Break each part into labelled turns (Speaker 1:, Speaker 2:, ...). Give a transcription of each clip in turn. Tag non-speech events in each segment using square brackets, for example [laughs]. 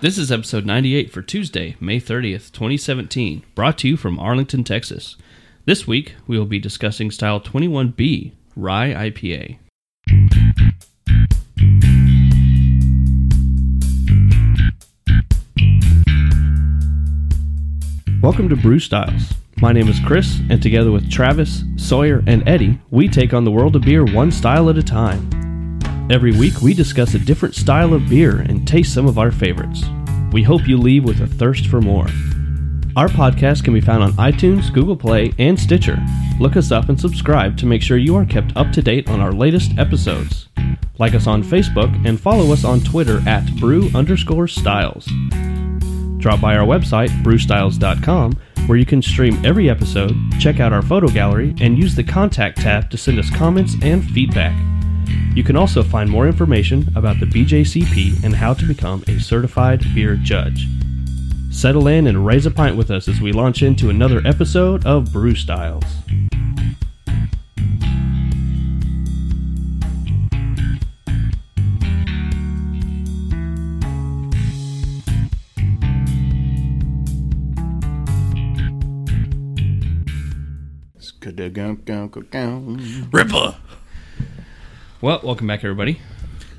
Speaker 1: This is episode 98 for Tuesday, May 30th, 2017, brought to you from Arlington, Texas. This week, we will be discussing Style 21B, Rye IPA. Welcome to Brew Styles. My name is Chris, and together with Travis, Sawyer, and Eddie, we take on the world of beer one style at a time. Every week, we discuss a different style of beer and taste some of our favorites. We hope you leave with a thirst for more. Our podcast can be found on iTunes, Google Play, and Stitcher. Look us up and subscribe to make sure you are kept up to date on our latest episodes. Like us on Facebook and follow us on Twitter at brew underscore styles. Drop by our website, brewstyles.com, where you can stream every episode, check out our photo gallery, and use the contact tab to send us comments and feedback. You can also find more information about the BJCP and how to become a certified beer judge. Settle in and raise a pint with us as we launch into another episode of Brew Styles.
Speaker 2: Skadagunk-gunk-gunk.
Speaker 3: Ripper.
Speaker 1: Well, welcome back, everybody.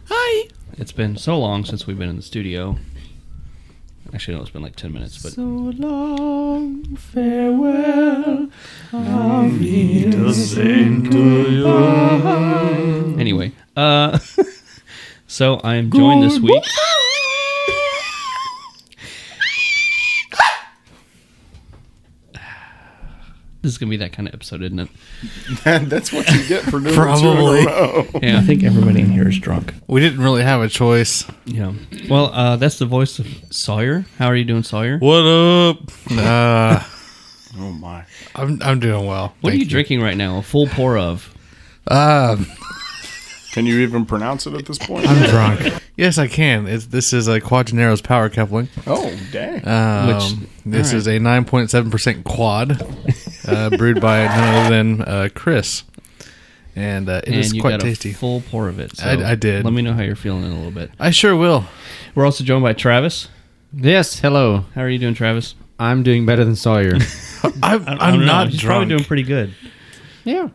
Speaker 3: Hi.
Speaker 1: It's been so long since we've been in the studio. Actually, no, it's been like 10 minutes, but
Speaker 3: So long, farewell.
Speaker 4: Mm.
Speaker 3: Auf Wiedersehen to
Speaker 1: anyway. Uh, [laughs] so I am joined this week. [sighs] This is going to be that kind of
Speaker 4: [laughs]
Speaker 1: episode, isn't it?
Speaker 2: [laughs] That's what you get for doing Probably.
Speaker 3: Probably.
Speaker 2: two in a row.
Speaker 1: Yeah, I think
Speaker 4: Everybody in here is drunk.
Speaker 3: We didn't really have a choice.
Speaker 1: Yeah. Well, uh, that's the voice of Sawyer. How are you doing, Sawyer? What,
Speaker 3: What up? Uh,
Speaker 2: [laughs] Oh my!
Speaker 3: I'm I'm doing well.
Speaker 1: are you,
Speaker 3: Thank
Speaker 1: drinking right now? A full pour of.
Speaker 3: Uh,
Speaker 2: Can you even pronounce it at this point?
Speaker 3: I'm drunk. yes, I can. It's, this is a Quadranero's power coupling.
Speaker 2: [laughs] oh dang!
Speaker 3: Um,
Speaker 1: Which-
Speaker 3: this is a 9.7% quad uh, brewed by none other than uh, Chris. And uh, it
Speaker 1: and
Speaker 3: is
Speaker 1: you
Speaker 3: quite
Speaker 1: got
Speaker 3: tasty.
Speaker 1: a full pour of it. So
Speaker 3: I- I did.
Speaker 1: Let me know how you're feeling in a little bit.
Speaker 3: I sure will.
Speaker 1: We're also joined by Travis.
Speaker 5: Yes, hello.
Speaker 1: How are you doing, Travis?
Speaker 5: I'm doing better
Speaker 1: [laughs]
Speaker 5: than Sawyer.
Speaker 3: I'm, I'm,
Speaker 1: I don't know.
Speaker 3: not
Speaker 1: He's
Speaker 3: drunk.
Speaker 1: probably doing pretty good.
Speaker 5: yeah.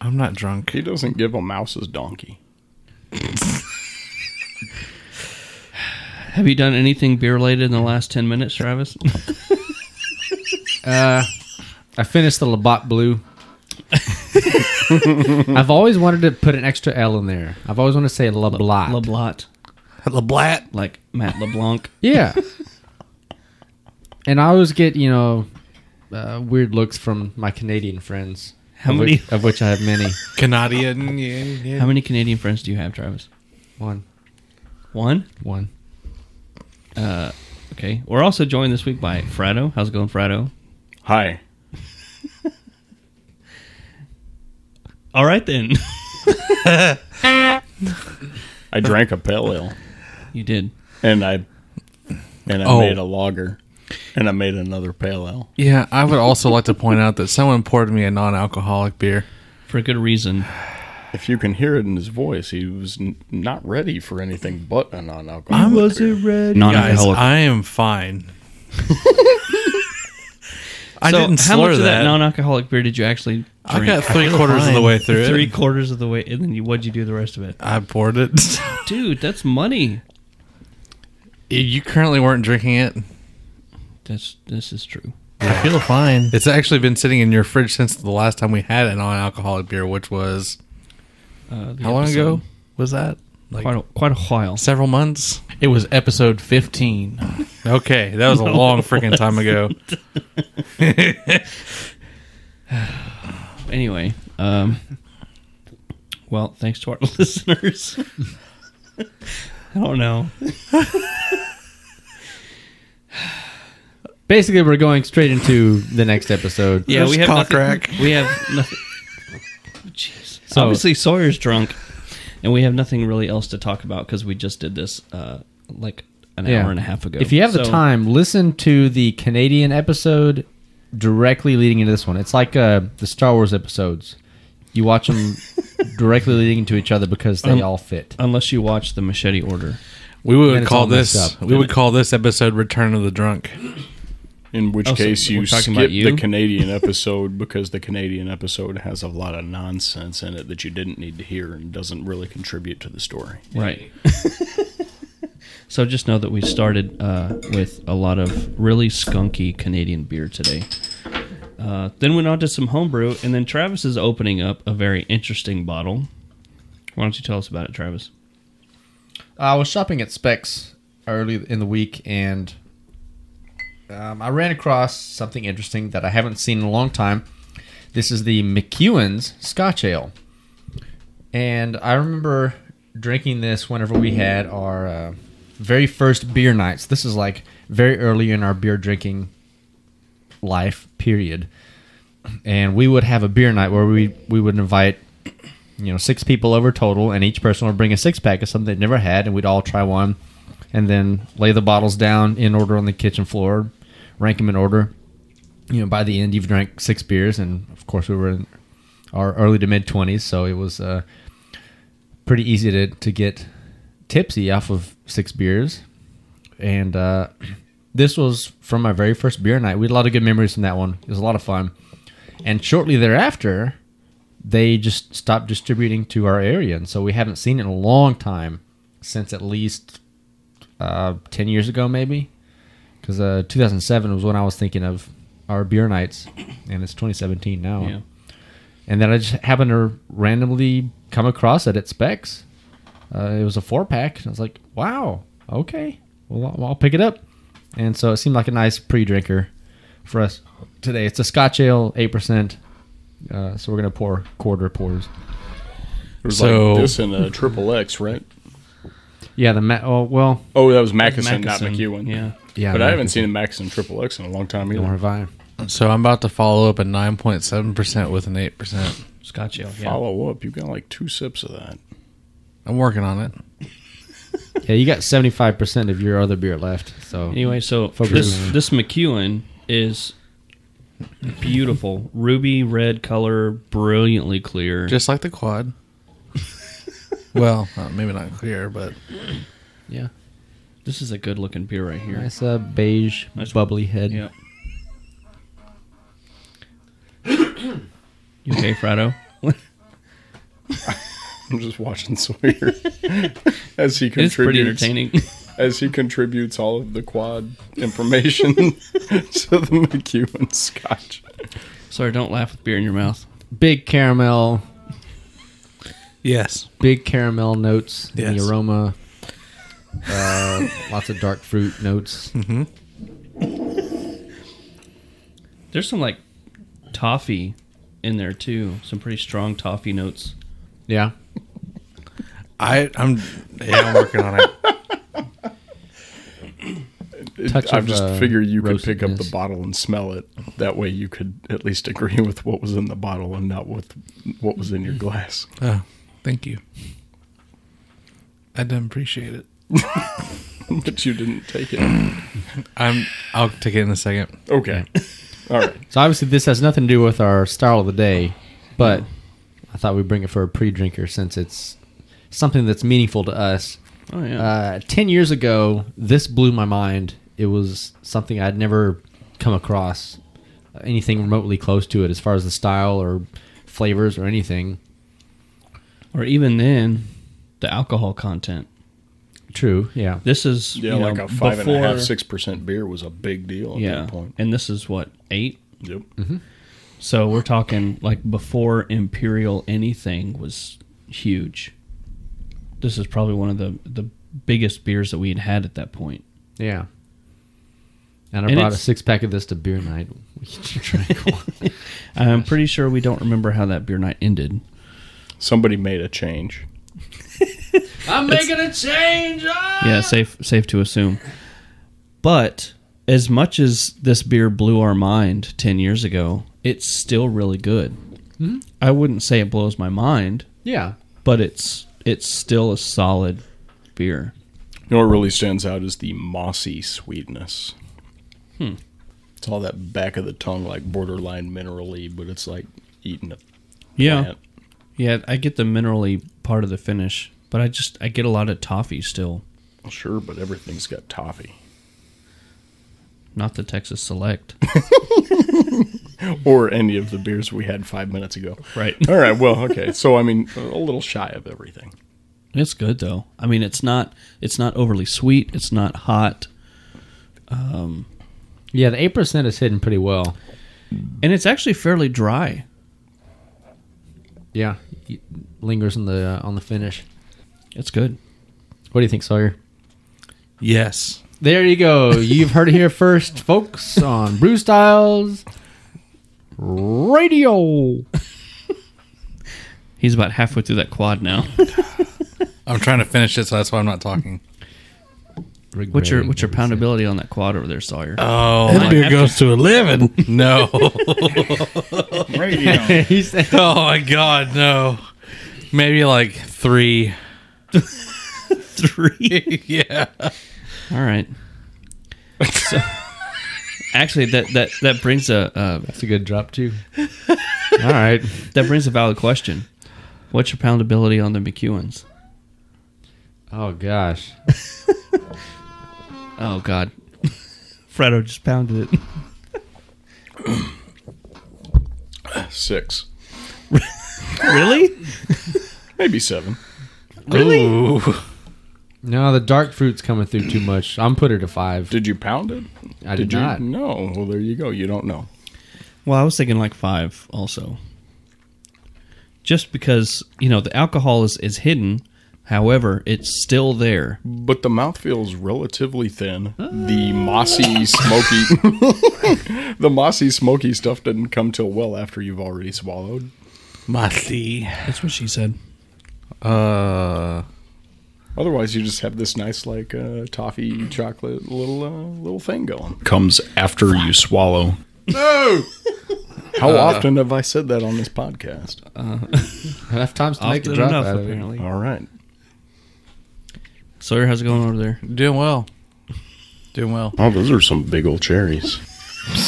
Speaker 3: I'm not drunk.
Speaker 2: he doesn't give a mouse his donkey.
Speaker 1: Have you done anything beer related in the last 10 minutes,
Speaker 3: [laughs]
Speaker 1: Travis?
Speaker 5: I finished the
Speaker 1: [laughs]
Speaker 5: Labatt Blue. I've always wanted to put an extra L in there. I've always wanted to say Labatt.
Speaker 1: LeBlot,
Speaker 3: LeBlat.
Speaker 1: like Matt LeBlanc. [laughs]
Speaker 5: yeah. And I always get, you know, uh, weird looks from my Canadian friends.
Speaker 1: How
Speaker 5: of
Speaker 1: many-
Speaker 5: Which, of which I
Speaker 1: [laughs]
Speaker 5: have many.
Speaker 3: Canadian. Yeah, yeah.
Speaker 1: How many Canadian friends do you have, Travis?
Speaker 5: One.
Speaker 1: One?
Speaker 5: One.
Speaker 1: Okay. We're also joined this week by Frado. How's it going, Frado?
Speaker 2: Hi.
Speaker 1: All right, then.
Speaker 2: I drank a pale ale,
Speaker 1: you did.
Speaker 2: and I and I
Speaker 3: Oh.
Speaker 2: made a lager, and I made another pale ale.
Speaker 3: Yeah, I would also like to point out that someone poured me a non-alcoholic beer.
Speaker 1: For good reason.
Speaker 2: If you can hear it in his voice, he was n- not ready for anything but a non-alcoholic.
Speaker 3: I'm- was
Speaker 2: beer.
Speaker 1: Non
Speaker 3: Guys, I am [laughs] fine. I
Speaker 1: so
Speaker 3: didn't
Speaker 1: how
Speaker 3: slur
Speaker 1: much of
Speaker 3: that.
Speaker 1: that non-alcoholic beer did you actually
Speaker 3: I
Speaker 1: drink?
Speaker 3: got three quarters of the way through
Speaker 1: three
Speaker 3: it.
Speaker 1: quarters of the way, and then you, what'd you do the rest of it,
Speaker 3: I poured it.
Speaker 1: dude? That's money.
Speaker 3: you currently weren't drinking it.
Speaker 1: That's this is true.
Speaker 3: I feel fine. It's actually been sitting in your fridge since the last time we had a non-alcoholic beer, which was
Speaker 1: Uh, the
Speaker 3: how long
Speaker 1: episode-
Speaker 3: ago was that? Like
Speaker 1: Quite a, quite a while.
Speaker 3: several months.
Speaker 4: It was episode 15.
Speaker 3: Okay, that [laughs] was a long freaking time ago.
Speaker 1: Anyway, um, well, thanks to our [laughs] listeners. [laughs] I don't know.
Speaker 5: Basically, we're going straight into the next episode.
Speaker 1: Yeah, we
Speaker 3: That's
Speaker 1: have
Speaker 3: cock
Speaker 1: nothing,
Speaker 3: rack.
Speaker 1: We have
Speaker 3: [laughs]
Speaker 1: nothing. Jeez.
Speaker 5: So-
Speaker 1: Obviously, Sawyer's drunk, and we have nothing really else to talk about because we just did this uh, like an
Speaker 5: Yeah.
Speaker 1: hour and a half ago.
Speaker 5: If you have the
Speaker 1: So-
Speaker 5: time, listen to the Canadian episode directly leading into this one. It's like uh, the Star Wars episodes. You
Speaker 1: [laughs]
Speaker 5: watch them directly leading into each other because they
Speaker 1: Um,
Speaker 5: all fit.
Speaker 1: unless you watch the Machete Order.
Speaker 3: We
Speaker 5: Then
Speaker 3: would
Speaker 5: it's
Speaker 3: call
Speaker 5: all messed
Speaker 3: this
Speaker 5: up.
Speaker 3: we would call this episode "Return of the Drunk."
Speaker 2: In which
Speaker 1: Oh, so
Speaker 2: case,
Speaker 1: we're
Speaker 2: you
Speaker 1: talking
Speaker 2: skip
Speaker 1: about you? [laughs]
Speaker 2: the Canadian episode because the Canadian episode has a lot of nonsense in it that you didn't need to hear and doesn't really contribute to the story.
Speaker 1: Right. [laughs] so just know that we started uh, with a lot of really skunky Canadian beer today. Uh, then went on to some homebrew, and then Travis is opening up a very interesting bottle. Why don't you tell us about it, Travis?
Speaker 5: Uh, I was shopping at Specs early in the week and um, I ran across something interesting that I haven't seen in a long time. This is the McEwen's Scotch Ale. And I remember drinking this whenever we had our uh, very first beer nights. This is like very early in our beer drinking life period. And we would have a beer night where we, we would invite you know six people over total and each person would bring a six pack of something they never had and we'd all try one and then lay the bottles down in order on the kitchen floor rank them in order you know by the end you've drank six beers and of course we were in our early to mid 20s so it was uh, pretty easy to, to get tipsy off of six beers and uh, this was from my very first beer night we had a lot of good memories from that one it was a lot of fun and shortly thereafter they just stopped distributing to our area, and so we haven't seen it in a long time since at least uh, ten years ago, maybe. Because uh, 2007 was when I was thinking of our beer nights, and it's 2017 now.
Speaker 1: Yeah.
Speaker 5: And then I just happened to randomly come across it at Specs. Uh, it was a four pack, and I was like, "Wow, okay, well I'll- I'll pick it up." And so it seemed like a nice pre-drinker for us today. It's a Scotch ale, eight percent. Uh, so we're gonna pour quarter pours.
Speaker 2: There was
Speaker 3: So-
Speaker 2: like this and a triple X, right?
Speaker 5: Yeah, the ma- oh well,
Speaker 2: Oh, that was Mackinson, not
Speaker 1: Mackinson,
Speaker 2: McEwen.
Speaker 1: Yeah.
Speaker 5: yeah.
Speaker 2: but I haven't seen a Mackinson triple X in a long time either.
Speaker 5: Nor have I.
Speaker 3: So I'm about to follow up a nine point seven percent with an eight percent.
Speaker 1: Scotch ale. Yeah.
Speaker 2: Follow up. You got like two sips of that.
Speaker 3: I'm working on it.
Speaker 5: Yeah, you got seventy five percent of your other beer left. So
Speaker 1: Anyway, so
Speaker 5: Focus
Speaker 1: this
Speaker 5: on-
Speaker 1: this McEwen is beautiful, ruby red color, brilliantly clear.
Speaker 3: Just like the [laughs] quad. well, uh, maybe not clear, but
Speaker 1: yeah. This is a good looking beer right here.
Speaker 5: nice uh, beige
Speaker 1: Nice-
Speaker 5: bubbly head.
Speaker 1: Yep. you okay, Frado?
Speaker 2: I'm just watching Sawyer [laughs] as he
Speaker 1: It's pretty
Speaker 2: contributes
Speaker 1: entertaining. [laughs]
Speaker 2: as he contributes all of the quad information [laughs] to the McEwen Scotch.
Speaker 1: Sorry, don't laugh with beer in your mouth.
Speaker 5: Big caramel,
Speaker 3: yes,
Speaker 5: big caramel notes in
Speaker 3: Yes.
Speaker 5: the aroma. Uh, lots of dark fruit notes. [laughs]
Speaker 1: There's some like toffee in there too. Some pretty strong toffee notes.
Speaker 5: Yeah.
Speaker 3: I I'm yeah I'm working on it.
Speaker 2: It-
Speaker 5: Touch
Speaker 2: I
Speaker 5: of,
Speaker 2: just
Speaker 5: uh,
Speaker 2: figure you could pick up the
Speaker 5: roastedness.
Speaker 2: bottle and smell it. That way, you could at least agree with what was in the bottle and not with what was in your glass.
Speaker 3: [laughs]
Speaker 2: [laughs]
Speaker 3: Oh, thank you. I don't appreciate it.
Speaker 2: but you didn't take it.
Speaker 3: I'm I'll take it in a second.
Speaker 2: Okay. All right.
Speaker 5: So obviously this has nothing to do with our style of the day, but I thought we'd bring it for a pre-drinker since it's something that's meaningful to us.
Speaker 1: Oh yeah.
Speaker 5: Uh, 10 years ago, this blew my mind. It was something I'd never come across, uh, anything remotely close to it as far as the style or flavors or anything.
Speaker 1: or even then, the alcohol content.
Speaker 5: True, yeah.
Speaker 1: This is
Speaker 2: Yeah,
Speaker 1: you know,
Speaker 2: like a five and a half, six
Speaker 1: before-
Speaker 2: percent beer was a big deal at
Speaker 1: Yeah,
Speaker 2: that point.
Speaker 1: and this is what eight.
Speaker 2: Yep.
Speaker 1: So we're talking like before imperial anything was huge. This is probably one of the the biggest beers that we had had at that point.
Speaker 5: Yeah. And I
Speaker 1: And
Speaker 5: brought a
Speaker 1: it's-
Speaker 5: six pack of this to beer night. We drank one.
Speaker 1: I'm pretty sure we don't remember how that beer night ended.
Speaker 2: Somebody made a change.
Speaker 5: I'm making a change. ah!
Speaker 1: Yeah, safe safe to assume. But as much as this beer blew our mind ten years ago, it's still really good. I wouldn't say it blows my mind,
Speaker 5: Yeah.
Speaker 1: but it's it's still a solid beer.
Speaker 2: You know what really stands out is the mossy sweetness. It's all that back of the tongue, like borderline minerally, but it's like eating a plant.
Speaker 1: yeah. I get the minerally part of the finish, but I just I get a lot of toffee still.
Speaker 2: Sure, but everything's got toffee.
Speaker 1: Not the Texas Select.
Speaker 2: Or any of the beers we had five minutes ago.
Speaker 1: Right.
Speaker 2: [laughs] All right. Well, okay. So, I mean, a little shy of everything.
Speaker 1: It's good though. I mean, it's not it's not overly sweet. It's not hot,
Speaker 5: Yeah, the eight percent is hidden pretty well.
Speaker 1: and it's actually fairly dry.
Speaker 5: Yeah, it lingers on the uh, on the finish.
Speaker 1: It's good.
Speaker 5: What do you think, Sawyer?
Speaker 3: Yes.
Speaker 5: There you go. You've heard it here first, folks, on Brew Styles Radio.
Speaker 1: He's about halfway through that quad now.
Speaker 3: I'm trying to finish it, so that's why I'm not talking.
Speaker 1: what's your what's your
Speaker 5: [laughs]
Speaker 1: poundability on that quad over there, Sawyer?
Speaker 3: Oh, that beer goes to 11. [laughs] No.
Speaker 2: Radio.
Speaker 5: He said-
Speaker 3: Oh, my God. No. Maybe like three.
Speaker 1: Three.
Speaker 3: [laughs] yeah.
Speaker 1: [laughs] All right. So, actually, that that that brings a uh,
Speaker 5: That's a good
Speaker 1: [laughs]
Speaker 5: drop too. All right.
Speaker 1: that brings a valid question. What's your poundability on the McEwens?
Speaker 5: Oh gosh.
Speaker 1: Oh God, [laughs] Fredo just pounded it.
Speaker 2: Six.
Speaker 1: [laughs] really?
Speaker 2: Maybe seven.
Speaker 1: Really?
Speaker 5: No, the dark fruit's coming through too much. I'm put her to five.
Speaker 2: Did you pound it?
Speaker 5: I did,
Speaker 2: you?
Speaker 5: not.
Speaker 2: No. Well, there you go. You don't know.
Speaker 1: Well, I was thinking like five also. Just because, you know, the alcohol is, is hidden, however, it's still there.
Speaker 2: But the mouthfeel is relatively thin. The mossy, smoky, [laughs] the mossy, smoky stuff doesn't come till well after you've already swallowed.
Speaker 3: Musty.
Speaker 1: That's what she said.
Speaker 3: Uh,
Speaker 2: Otherwise, you just have this nice, like uh, toffee chocolate little uh, little thing going. Comes after you swallow. [laughs] Uh, No. How often have I said that on this podcast?
Speaker 5: Enough times to make
Speaker 1: Often
Speaker 5: the drop
Speaker 1: enough,
Speaker 5: out of it.
Speaker 1: apparently.
Speaker 2: All right.
Speaker 1: Sawyer, how's it going over there?
Speaker 3: doing well. Doing well.
Speaker 2: Oh, those are some big old cherries. what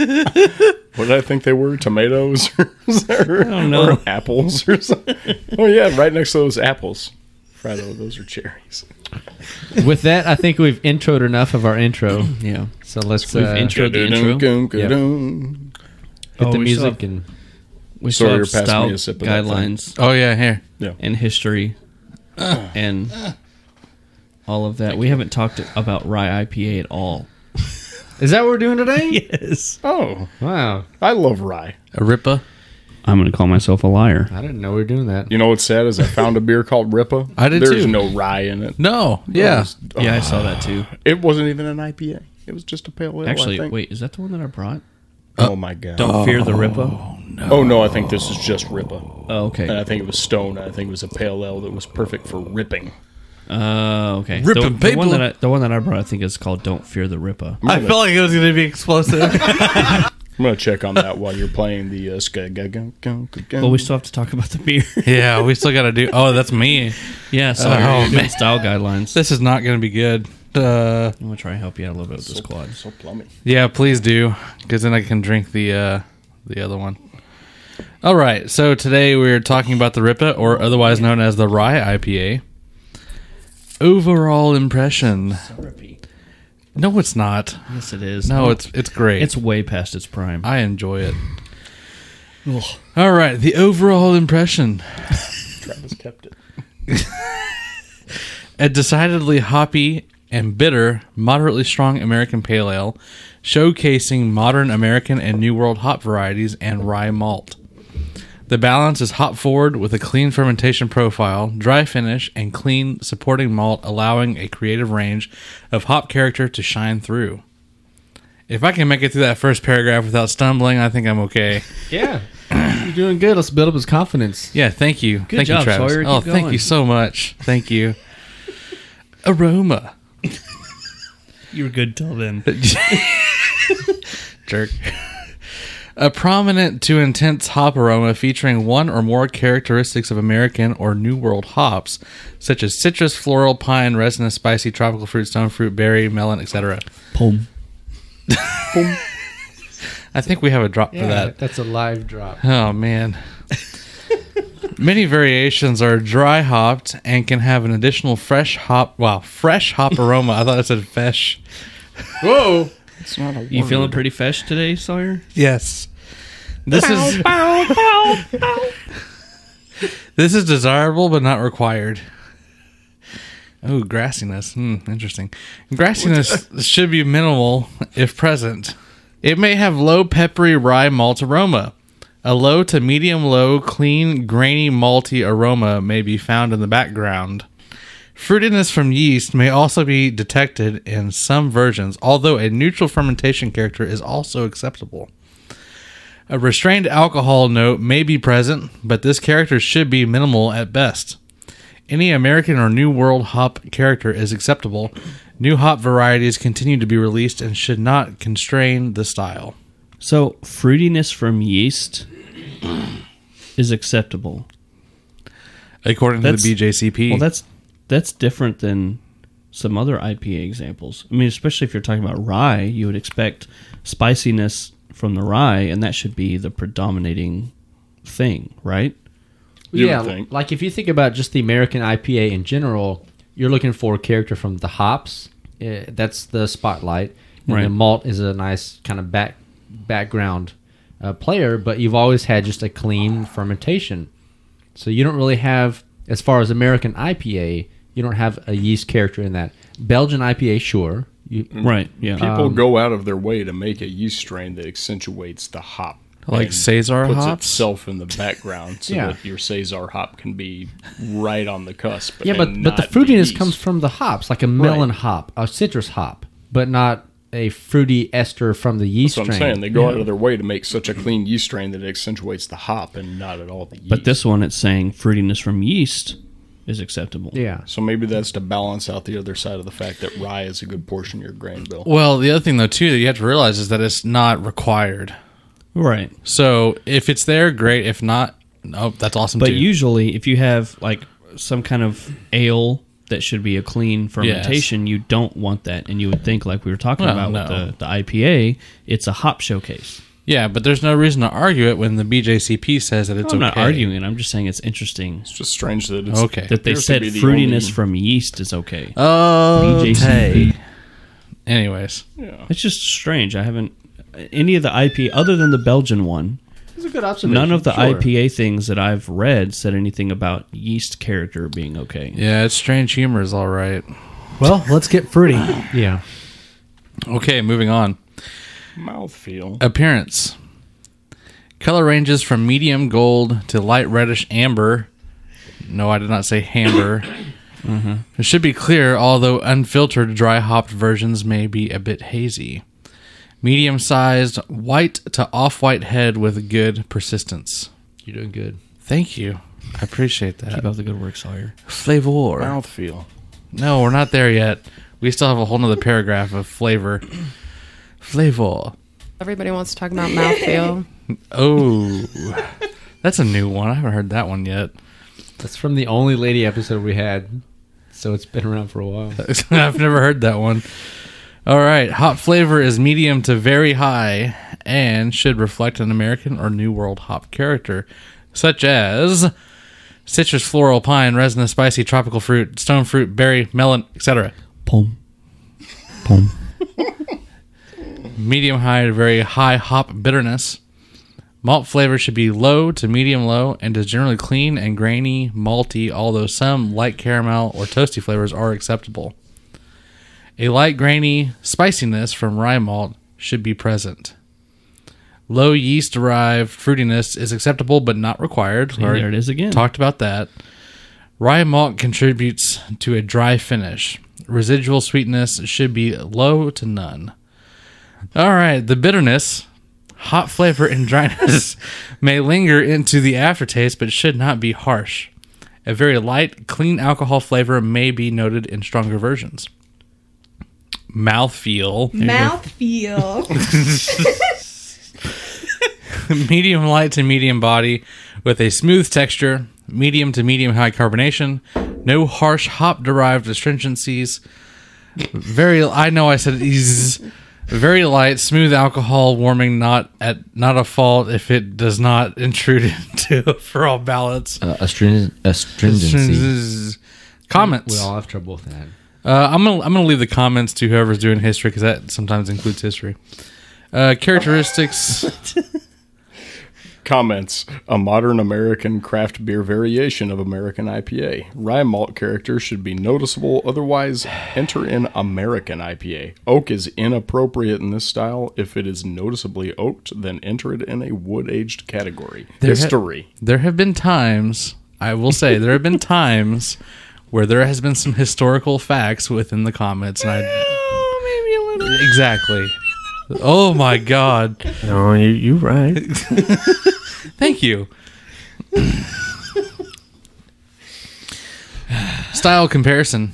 Speaker 2: did I think they were? Tomatoes [laughs] or,
Speaker 1: don't know.
Speaker 2: or apples or something? Oh, yeah, right next to those apples. Fredo, those are cherries.
Speaker 5: [laughs] With that, I think we've introed enough of our intro.
Speaker 1: [laughs] Yeah.
Speaker 5: So let's uh,
Speaker 1: We've introed the intro. Hit
Speaker 2: Dun-dun-dun-dun-dun.
Speaker 5: hit the
Speaker 1: we still have-
Speaker 5: music and
Speaker 1: We still
Speaker 2: Sawyer,
Speaker 1: have
Speaker 2: pass me
Speaker 1: stout
Speaker 2: a sip of that
Speaker 1: guidelines
Speaker 3: Oh, yeah. Here.
Speaker 1: and history and all of that. We haven't talked about rye IPA at all.
Speaker 5: is that what we're doing today?
Speaker 1: Yes.
Speaker 2: Oh,
Speaker 5: Wow,
Speaker 2: I love rye.
Speaker 3: A Ripa.
Speaker 1: I'm going to call myself a liar.
Speaker 5: I didn't know we were doing that.
Speaker 2: You know what's sad is I found a beer called Ripa.
Speaker 3: I did
Speaker 2: There's
Speaker 3: too.
Speaker 2: no rye in it.
Speaker 3: No. Yeah.
Speaker 1: Yeah, I saw that too.
Speaker 2: It wasn't even an IPA. It was just a pale ale. I
Speaker 1: Actually,
Speaker 2: think.
Speaker 1: wait, is that the one that I brought?
Speaker 2: Oh my god.
Speaker 1: Don't fear the Ripa.
Speaker 2: Oh no, I think this is just Ripa.
Speaker 1: Oh, okay.
Speaker 2: And I think it was Stone. I think it was a pale ale that was perfect for ripping.
Speaker 1: Oh, okay.
Speaker 3: Ripping
Speaker 1: the, the one
Speaker 3: people.
Speaker 1: that I, the one that I brought, I think, is called "Don't Fear the Ripper."
Speaker 3: I felt like it was going to be explosive.
Speaker 2: I'm gonna check on that while you're playing the uh, ska- ga- ga- ga- ga- ga-
Speaker 1: Well, we still have to talk about the [laughs] beer.
Speaker 3: [laughs] yeah. We still got to do. Oh, that's me.
Speaker 1: yeah, so
Speaker 3: Oh,
Speaker 1: you're doing
Speaker 3: man.
Speaker 1: style [laughs] guidelines.
Speaker 3: This is not going to be good. Uh,
Speaker 1: I'm gonna try and help you out a little bit with this quad.
Speaker 2: so plummy.
Speaker 3: Yeah, please do, because then I can drink the uh, the other one. All right, so today we're talking about the RIPA, or otherwise known as the Rye IPA. Overall impression? No, it's not.
Speaker 1: Yes, it is.
Speaker 3: No, it's it's great.
Speaker 1: it's way past its prime.
Speaker 3: I enjoy it. All right, the overall impression:
Speaker 2: Travis [laughs] kept it.
Speaker 3: a decidedly hoppy and bitter, moderately strong American pale ale, showcasing modern American and New World hop varieties and rye malt. The balance is hop forward with a clean fermentation profile, dry finish, and clean supporting malt, allowing a creative range of hop character to shine through. If I can make it through that first paragraph without stumbling, I think I'm okay.
Speaker 5: Yeah, [coughs] you're doing good. Let's build up his confidence.
Speaker 3: Yeah, thank you. thank
Speaker 1: job,
Speaker 3: you, Travis.
Speaker 1: Sawyer. Keep
Speaker 3: Oh, thank
Speaker 1: going.
Speaker 3: you so much. Thank you. Aroma.
Speaker 1: you were good till then.
Speaker 3: Jerk. [laughs] A prominent to intense hop aroma featuring one or more characteristics of American or New World hops, such as citrus, floral, pine, resinous, spicy, tropical fruit, stone fruit, berry, melon, etc.
Speaker 1: Boom.
Speaker 3: [laughs] I think we have a drop for that.
Speaker 5: that's a live drop.
Speaker 3: Oh man. Many variations are dry hopped and can have an additional fresh hop. Wow, fresh hop aroma. I thought I said fesh.
Speaker 5: Whoa.
Speaker 2: It's not a word.
Speaker 1: You feeling pretty fesh today, Sawyer?
Speaker 3: Yes. This is This is desirable but not required. Oh, grassiness. Hmm, interesting. Grassiness should be minimal if present. It may have low peppery rye malt aroma. A low to medium low, clean, grainy, malty aroma may be found in the background. Fruitiness from yeast may also be detected in some versions, although a neutral fermentation character is also acceptable. A restrained alcohol note may be present, but this character should be minimal at best. Any American or New World hop character is acceptable. New hop varieties continue to be released and should not constrain the style.
Speaker 1: So, fruitiness from yeast is acceptable.
Speaker 3: According
Speaker 1: That's-
Speaker 3: to the BJCP.
Speaker 1: Well, that's that's different than some other IPA examples. I mean, especially if you're talking about rye, you would expect spiciness from the rye, and that should be the predominating thing, right?
Speaker 2: You
Speaker 5: yeah,
Speaker 2: would think.
Speaker 5: like if you think about just the American IPA in general, you're looking for a character from the hops. eh, that's the spotlight. And the
Speaker 1: Right.
Speaker 5: malt is a nice kind of back background uh, player, but you've always had just a clean fermentation. So you don't really have, as far as American IPA, you don't have a yeast character in that. Belgian IPA, sure. You,
Speaker 1: Right. Yeah.
Speaker 2: People
Speaker 5: Um,
Speaker 2: go out of their way to make a yeast strain that accentuates the hop.
Speaker 3: Like
Speaker 2: and
Speaker 3: Saison
Speaker 2: puts
Speaker 3: hops?
Speaker 2: itself in the background so
Speaker 5: Yeah.
Speaker 2: that your Saison hop can be right on the cusp.
Speaker 5: Yeah, but
Speaker 2: and
Speaker 5: but the
Speaker 2: not yeast.
Speaker 5: fruitiness comes from the hops, like a melon hop, a citrus hop, but not a fruity ester from the yeast
Speaker 2: So I'm
Speaker 5: strain.
Speaker 2: saying they go out of their way to make such a clean yeast strain that it accentuates the hop and not at all the yeast.
Speaker 1: But this one, it's saying fruitiness from yeast is acceptable.
Speaker 5: yeah,
Speaker 2: so maybe that's to balance out the other side of the fact that rye is a good portion of your grain bill.
Speaker 3: Well, the other thing though too that you have to realize is that it's not required.
Speaker 1: Right.
Speaker 3: So if it's there, great. If not, oh, that's awesome.
Speaker 1: But
Speaker 3: too.
Speaker 1: usually, if you have like some kind of ale that should be a clean fermentation, you don't want that. And you would think, like we were talking
Speaker 3: Well,
Speaker 1: about
Speaker 3: no.
Speaker 1: with the, the IPA, it's a hop showcase.
Speaker 3: yeah, but there's no reason to argue it when the BJCP says that it's
Speaker 1: I'm
Speaker 3: okay.
Speaker 1: not arguing it. I'm just saying it's interesting
Speaker 2: It's just strange that it's
Speaker 3: Okay.
Speaker 1: that they
Speaker 2: Appears to
Speaker 1: said
Speaker 2: be the
Speaker 1: fruitiness
Speaker 2: only-
Speaker 1: from yeast is okay.
Speaker 3: Oh,
Speaker 1: BJCP.
Speaker 3: Anyways,
Speaker 1: It's just strange. I haven't any of the IP other than the Belgian one.
Speaker 5: it's a good observation.
Speaker 1: None of the IPA things that I've read said anything about yeast character being okay.
Speaker 3: yeah, it's strange humor is all right.
Speaker 6: Well, let's get fruity.
Speaker 5: Yeah,
Speaker 3: Okay, moving on.
Speaker 2: mouthfeel.
Speaker 3: Appearance. Color ranges from medium gold to light reddish amber. No, I did not
Speaker 1: [coughs]
Speaker 3: say hamber. It should be clear, although unfiltered dry hopped versions may be a bit hazy. Medium sized, white to off white head with good persistence.
Speaker 5: [laughs] you're doing good.
Speaker 3: Thank you. I appreciate that.
Speaker 1: Keep up the good work, Sawyer.
Speaker 3: Flavor.
Speaker 2: Mouthfeel.
Speaker 3: No, we're not there yet. We still have a whole nother paragraph of flavor. Flavor.
Speaker 7: Everybody wants to talk about mouthfeel.
Speaker 3: Oh, that's a new one. I haven't heard that one yet. [laughs]
Speaker 5: That's from the only lady episode we had, so it's been around for a while.
Speaker 3: I've never heard that one. All right. Hop flavor is medium to very high and should reflect an American or New World hop character, such as citrus, floral, pine, resinous, spicy, tropical fruit, stone fruit, berry, melon, etc.
Speaker 1: Pom. Pom.
Speaker 3: [laughs] Medium high to very high hop bitterness. Malt flavor should be low to medium low and is generally clean and grainy, malty, although some light caramel or toasty flavors are acceptable. A light grainy spiciness from rye malt should be present. Low yeast derived fruitiness is acceptable but not required.
Speaker 1: And there it is again.
Speaker 3: Talked about that. Rye malt contributes to a dry finish. Residual sweetness should be low to none. All right, the bitterness, hot flavor, and [laughs] dryness may linger into the aftertaste but should not be harsh. A very light, clean alcohol flavor may be noted in stronger versions. Mouthfeel.
Speaker 7: Mouthfeel.
Speaker 3: medium light to medium body with a smooth texture, medium to medium high carbonation, no harsh hop derived astringencies. Very, I know I said is Very light, smooth alcohol, warming not at not a fault if it does not [laughs] intrude into overall balance.
Speaker 1: Uh, astringent, astringency.
Speaker 3: [laughs] Comments.
Speaker 5: We all have trouble with that.
Speaker 3: Uh, I'm gonna I'm gonna leave the comments to whoever's doing history because that sometimes includes history. Uh, characteristics.
Speaker 2: Comments: A modern American craft beer variation of American IPA. Rye malt character should be noticeable, otherwise enter in American IPA. Oak is inappropriate in this style. If it is noticeably oaked, then enter it in a wood aged category.
Speaker 3: There ha-
Speaker 2: History.
Speaker 3: there have been times, I will say, there have [laughs] been times where there has been some historical facts within the comments, and I maybe a little exactly. Oh my god!
Speaker 1: No, you you right.
Speaker 3: [laughs] Thank [laughs] you. Style comparison.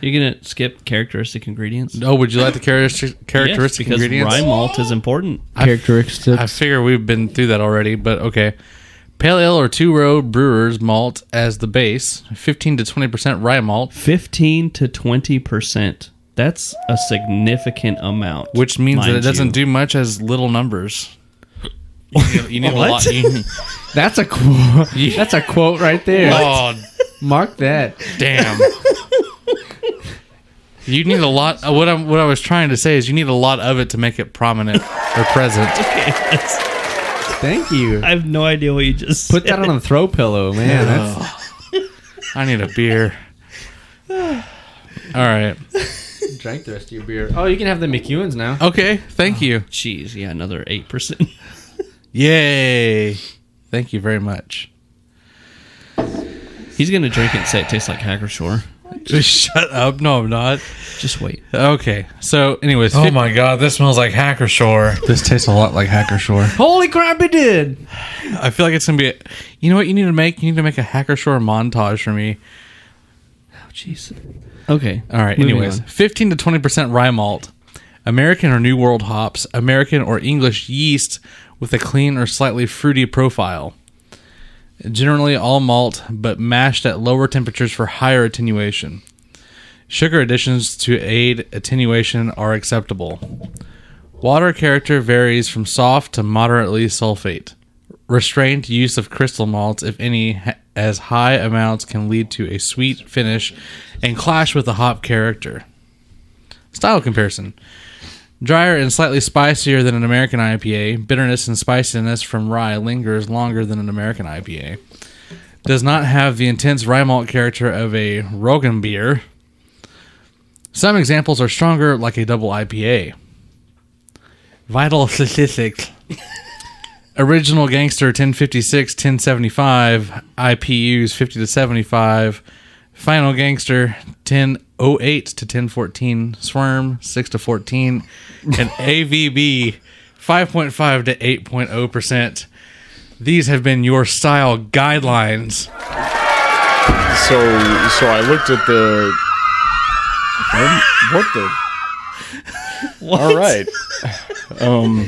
Speaker 8: You're gonna skip characteristic ingredients.
Speaker 3: Oh, would you like the character-
Speaker 8: Yes,
Speaker 3: characteristic
Speaker 8: because
Speaker 3: ingredients?
Speaker 8: rye malt is important.
Speaker 1: Characteristics.
Speaker 3: I figure we've been through that already, but okay. Pale ale or two row brewers malt as the base, 15 to 20% rye malt,
Speaker 8: Fifteen to twenty percent. That's a significant amount.
Speaker 3: which means that
Speaker 8: mind
Speaker 3: it doesn't
Speaker 8: you.
Speaker 3: do much as little numbers. You need, you need a lot. you-
Speaker 5: That's a quote. [laughs] That's a quote right there.
Speaker 3: oh,
Speaker 5: Mark that.
Speaker 3: damn. You need a lot. uh, What, I'm, what I was trying to say is you need a lot of it to make it prominent or present.
Speaker 5: Thank you.
Speaker 8: [laughs] I have no idea what you just
Speaker 5: Put
Speaker 8: said.
Speaker 5: that on a throw pillow, man. That's,
Speaker 3: I need a beer. [sighs] All right.
Speaker 5: drank the rest of your beer. Oh, you can have the McEwens now.
Speaker 3: Okay. Thank you.
Speaker 8: Jeez, yeah, another eight percent.
Speaker 3: Yay. Thank you very much.
Speaker 8: [laughs] He's gonna drink it and say it tastes like Hagershore.
Speaker 3: Just [laughs] shut up. No, I'm not.
Speaker 8: Just wait.
Speaker 3: Okay. So, anyways,
Speaker 4: Oh
Speaker 3: fif-
Speaker 4: my god, this smells like Hacker Shore.
Speaker 3: this tastes a lot like Hacker Shore.
Speaker 5: Holy crap, it did.
Speaker 3: I feel like it's gonna be. A, you know what you need to make? You need to make a Hacker Shore montage for me.
Speaker 8: Oh, jeez. Okay.
Speaker 3: All right.
Speaker 8: moving
Speaker 3: anyways,
Speaker 8: on.
Speaker 3: fifteen to twenty percent rye malt, American or New World hops, American or English yeast with a clean or slightly fruity profile. Generally all malt, but mashed at lower temperatures for higher attenuation. Sugar additions to aid attenuation are acceptable. Water character varies from soft to moderately sulfate. Restrained use of crystal malts, if any, ha- as high amounts can lead to a sweet finish and clash with the hop character. Style comparison drier and slightly spicier than an American IPA, bitterness and spiciness from rye lingers longer than an American IPA. Does not have the intense rye malt character of a Rogan beer. Some examples are stronger, like a double IPA. Vital [laughs] statistics. Original Gangster 1056 1075, IPUs 50 to 75, Final Gangster 1008 to 1014, Swarm 6 to 14, [laughs] and AVB 5.5 to 8.0%. These have been your style guidelines.
Speaker 2: So, so I looked at the. Um, what the?
Speaker 8: [laughs]
Speaker 2: All right. Um,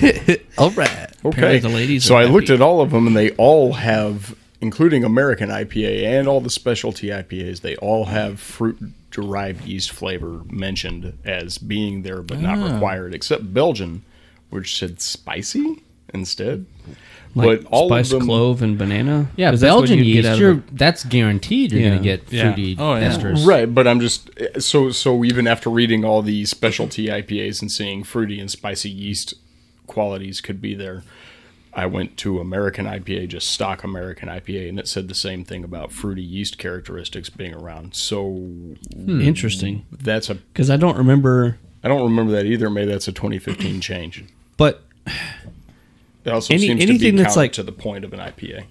Speaker 3: All right.
Speaker 2: okay.
Speaker 8: Apparently the ladies
Speaker 2: so
Speaker 8: are
Speaker 2: I looked
Speaker 8: happy.
Speaker 2: at all of them, and they all have, including American IPA and all the specialty IPAs, they all have fruit derived yeast flavor mentioned as being there but
Speaker 8: Ah.
Speaker 2: not required, except Belgian, which said spicy instead.
Speaker 8: Like
Speaker 2: but all
Speaker 8: spice
Speaker 2: of them,
Speaker 8: clove and banana.
Speaker 5: Yeah,
Speaker 8: 'Cause that's what
Speaker 5: Belgian
Speaker 8: you get
Speaker 5: yeast.
Speaker 8: out of
Speaker 5: you're,
Speaker 8: the-
Speaker 5: that's guaranteed. You're
Speaker 8: Yeah.
Speaker 5: gonna get
Speaker 3: Yeah.
Speaker 5: fruity
Speaker 3: Oh, yeah.
Speaker 5: esters.
Speaker 2: Right, but I'm just so so even after reading all the specialty IPAs and seeing fruity and spicy yeast qualities could be there, I went to American IPA, just stock American IPA, and it said the same thing about fruity yeast characteristics being around. So
Speaker 5: hmm.
Speaker 8: Interesting,
Speaker 2: that's a
Speaker 8: because I don't remember.
Speaker 2: I don't remember that either. Maybe that's
Speaker 8: [clears throat]
Speaker 2: a 2015 change.
Speaker 8: But
Speaker 2: It also
Speaker 8: Any-
Speaker 2: seems to
Speaker 8: anything
Speaker 2: be
Speaker 8: that's
Speaker 2: counter
Speaker 8: like-
Speaker 2: to the point of an IPA.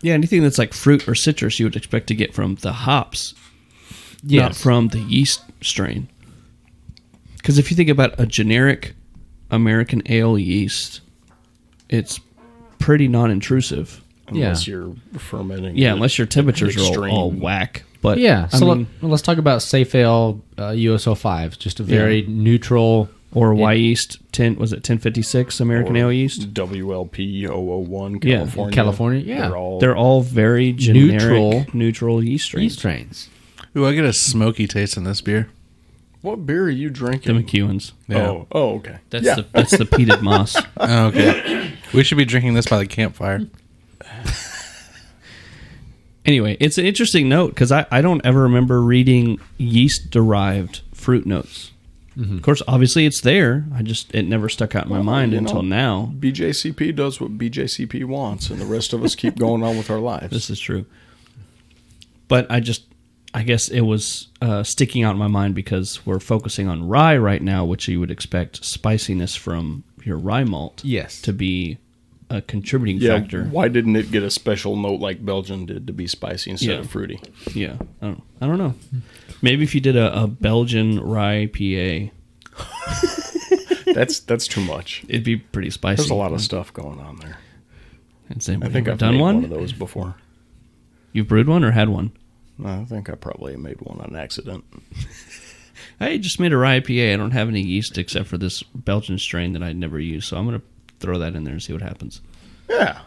Speaker 8: yeah, anything that's like fruit or citrus, you would expect to get from the hops, not
Speaker 5: Yes.
Speaker 8: from the yeast strain. Because if you think about a generic American ale yeast, it's pretty non-intrusive.
Speaker 2: Unless you're fermenting.
Speaker 8: Yeah,
Speaker 2: it.
Speaker 8: unless your temperatures are all-
Speaker 2: Extreme.
Speaker 8: all, whack. But
Speaker 5: Yeah.
Speaker 8: I
Speaker 5: So
Speaker 8: mean,
Speaker 5: let, let's talk about safe ale uh, USO five. Just a very neutral.
Speaker 8: or Y yeast ten was it ten fifty six American ale yeast?
Speaker 2: WLP 001
Speaker 8: Yeah,
Speaker 2: California.
Speaker 5: California, yeah.
Speaker 2: They're all
Speaker 8: They're all very generic
Speaker 5: Neutral.
Speaker 8: neutral, yeast strains.
Speaker 5: Yeast strains.
Speaker 3: Ooh, I get a smoky taste in this beer.
Speaker 2: What beer are you
Speaker 1: The
Speaker 2: drinking?
Speaker 1: McEwen's.
Speaker 2: Oh, oh, okay.
Speaker 1: That's
Speaker 2: Yeah.
Speaker 1: the that's
Speaker 8: [laughs]
Speaker 1: the peated moss.
Speaker 3: Oh, Okay. we should be drinking this by the campfire.
Speaker 1: Anyway, it's an interesting note because I, I don't ever remember reading yeast derived fruit notes.
Speaker 2: Mm-hmm.
Speaker 1: Of course, obviously it's there. I just it never stuck out in my mind
Speaker 2: you
Speaker 1: until
Speaker 2: know.
Speaker 1: now.
Speaker 2: BJCP does what BJCP wants, and the rest of us keep going on with our lives.
Speaker 1: This is true. But I just I guess it was uh, sticking out in my mind because we're focusing on rye right now, which you would expect spiciness from your rye malt
Speaker 5: Yes.
Speaker 1: to be a contributing
Speaker 2: Yeah,
Speaker 1: factor.
Speaker 2: why didn't it get a special note like Belgian did to be spicy instead
Speaker 1: Yeah.
Speaker 2: of fruity?
Speaker 1: Yeah, I don't, I don't know. Maybe if you did a, a Belgian rye PA,
Speaker 2: That's that's too much.
Speaker 1: it'd be pretty spicy.
Speaker 2: There's a lot of stuff going on there.
Speaker 1: Has
Speaker 2: I
Speaker 1: anybody
Speaker 2: think
Speaker 1: ever
Speaker 2: I've
Speaker 1: done
Speaker 2: made one?
Speaker 1: one?
Speaker 2: of those before.
Speaker 1: You've brewed one or had one?
Speaker 2: I think I probably made one on accident.
Speaker 1: I just made a rye IPA. I don't have any yeast except for this Belgian strain that I never use, so I'm gonna throw that in there and see what happens.
Speaker 2: Yeah.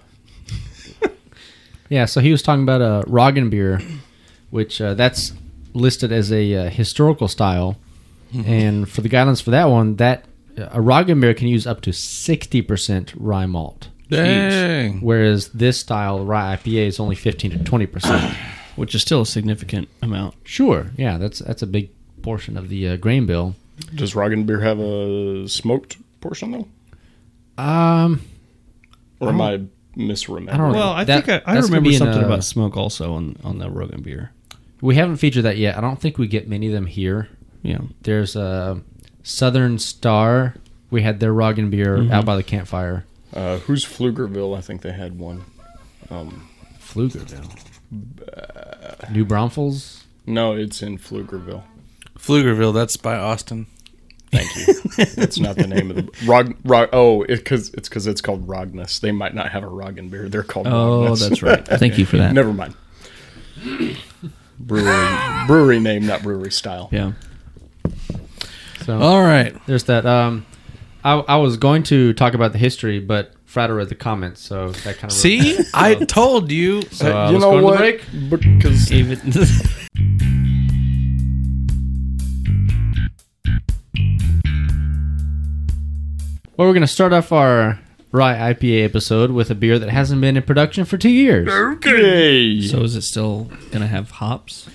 Speaker 5: Yeah, so he was talking about a uh, Roggen beer, which uh, that's listed as a uh, historical style, and for the guidelines for that one, that uh, a Roggen beer can use up to sixty percent rye malt,
Speaker 3: Dang.
Speaker 5: whereas this style rye IPA is only fifteen to twenty percent.
Speaker 1: Which is still a significant amount.
Speaker 5: Sure, yeah, that's that's a big portion of the uh, grain bill.
Speaker 2: Does Roggen beer have a smoked portion though?
Speaker 5: Um,
Speaker 2: Or am I misremembering?
Speaker 5: I don't know.
Speaker 1: Well, I
Speaker 5: That-
Speaker 1: think I, I
Speaker 5: that's gonna
Speaker 1: remember
Speaker 5: be in
Speaker 1: something
Speaker 5: a-
Speaker 1: about smoke also on on that Rogan beer.
Speaker 5: we haven't featured that yet. I don't think we get many of them here.
Speaker 1: Yeah,
Speaker 5: There's a Southern Star. We had their Roggen beer out by the campfire.
Speaker 2: Uh, who's Pflugerville? I think they had one.
Speaker 5: Pflugerville. New Braunfels.
Speaker 2: No, it's in Pflugerville.
Speaker 3: Pflugerville, that's by Austin.
Speaker 2: That's not the name of the Rog. Rog oh, because it's because it's called Rognus. They might not have a Roggen beer. They're called.
Speaker 1: Oh,
Speaker 2: Rognus.
Speaker 1: that's right. Thank you for that.
Speaker 2: Never mind. brewery, brewery name, not brewery style.
Speaker 1: yeah.
Speaker 5: So
Speaker 3: All right.
Speaker 5: there's that. Um, I, I was going to talk about the history, but Frater read the comments, so that kind of
Speaker 3: [laughs] See? I told you.
Speaker 5: So, uh, let's go to the break.
Speaker 2: Because
Speaker 1: Even
Speaker 5: Well, we're going to start off our rye IPA episode with a beer that hasn't been in production for two years.
Speaker 2: okay,
Speaker 1: so, is it still gonna have hops?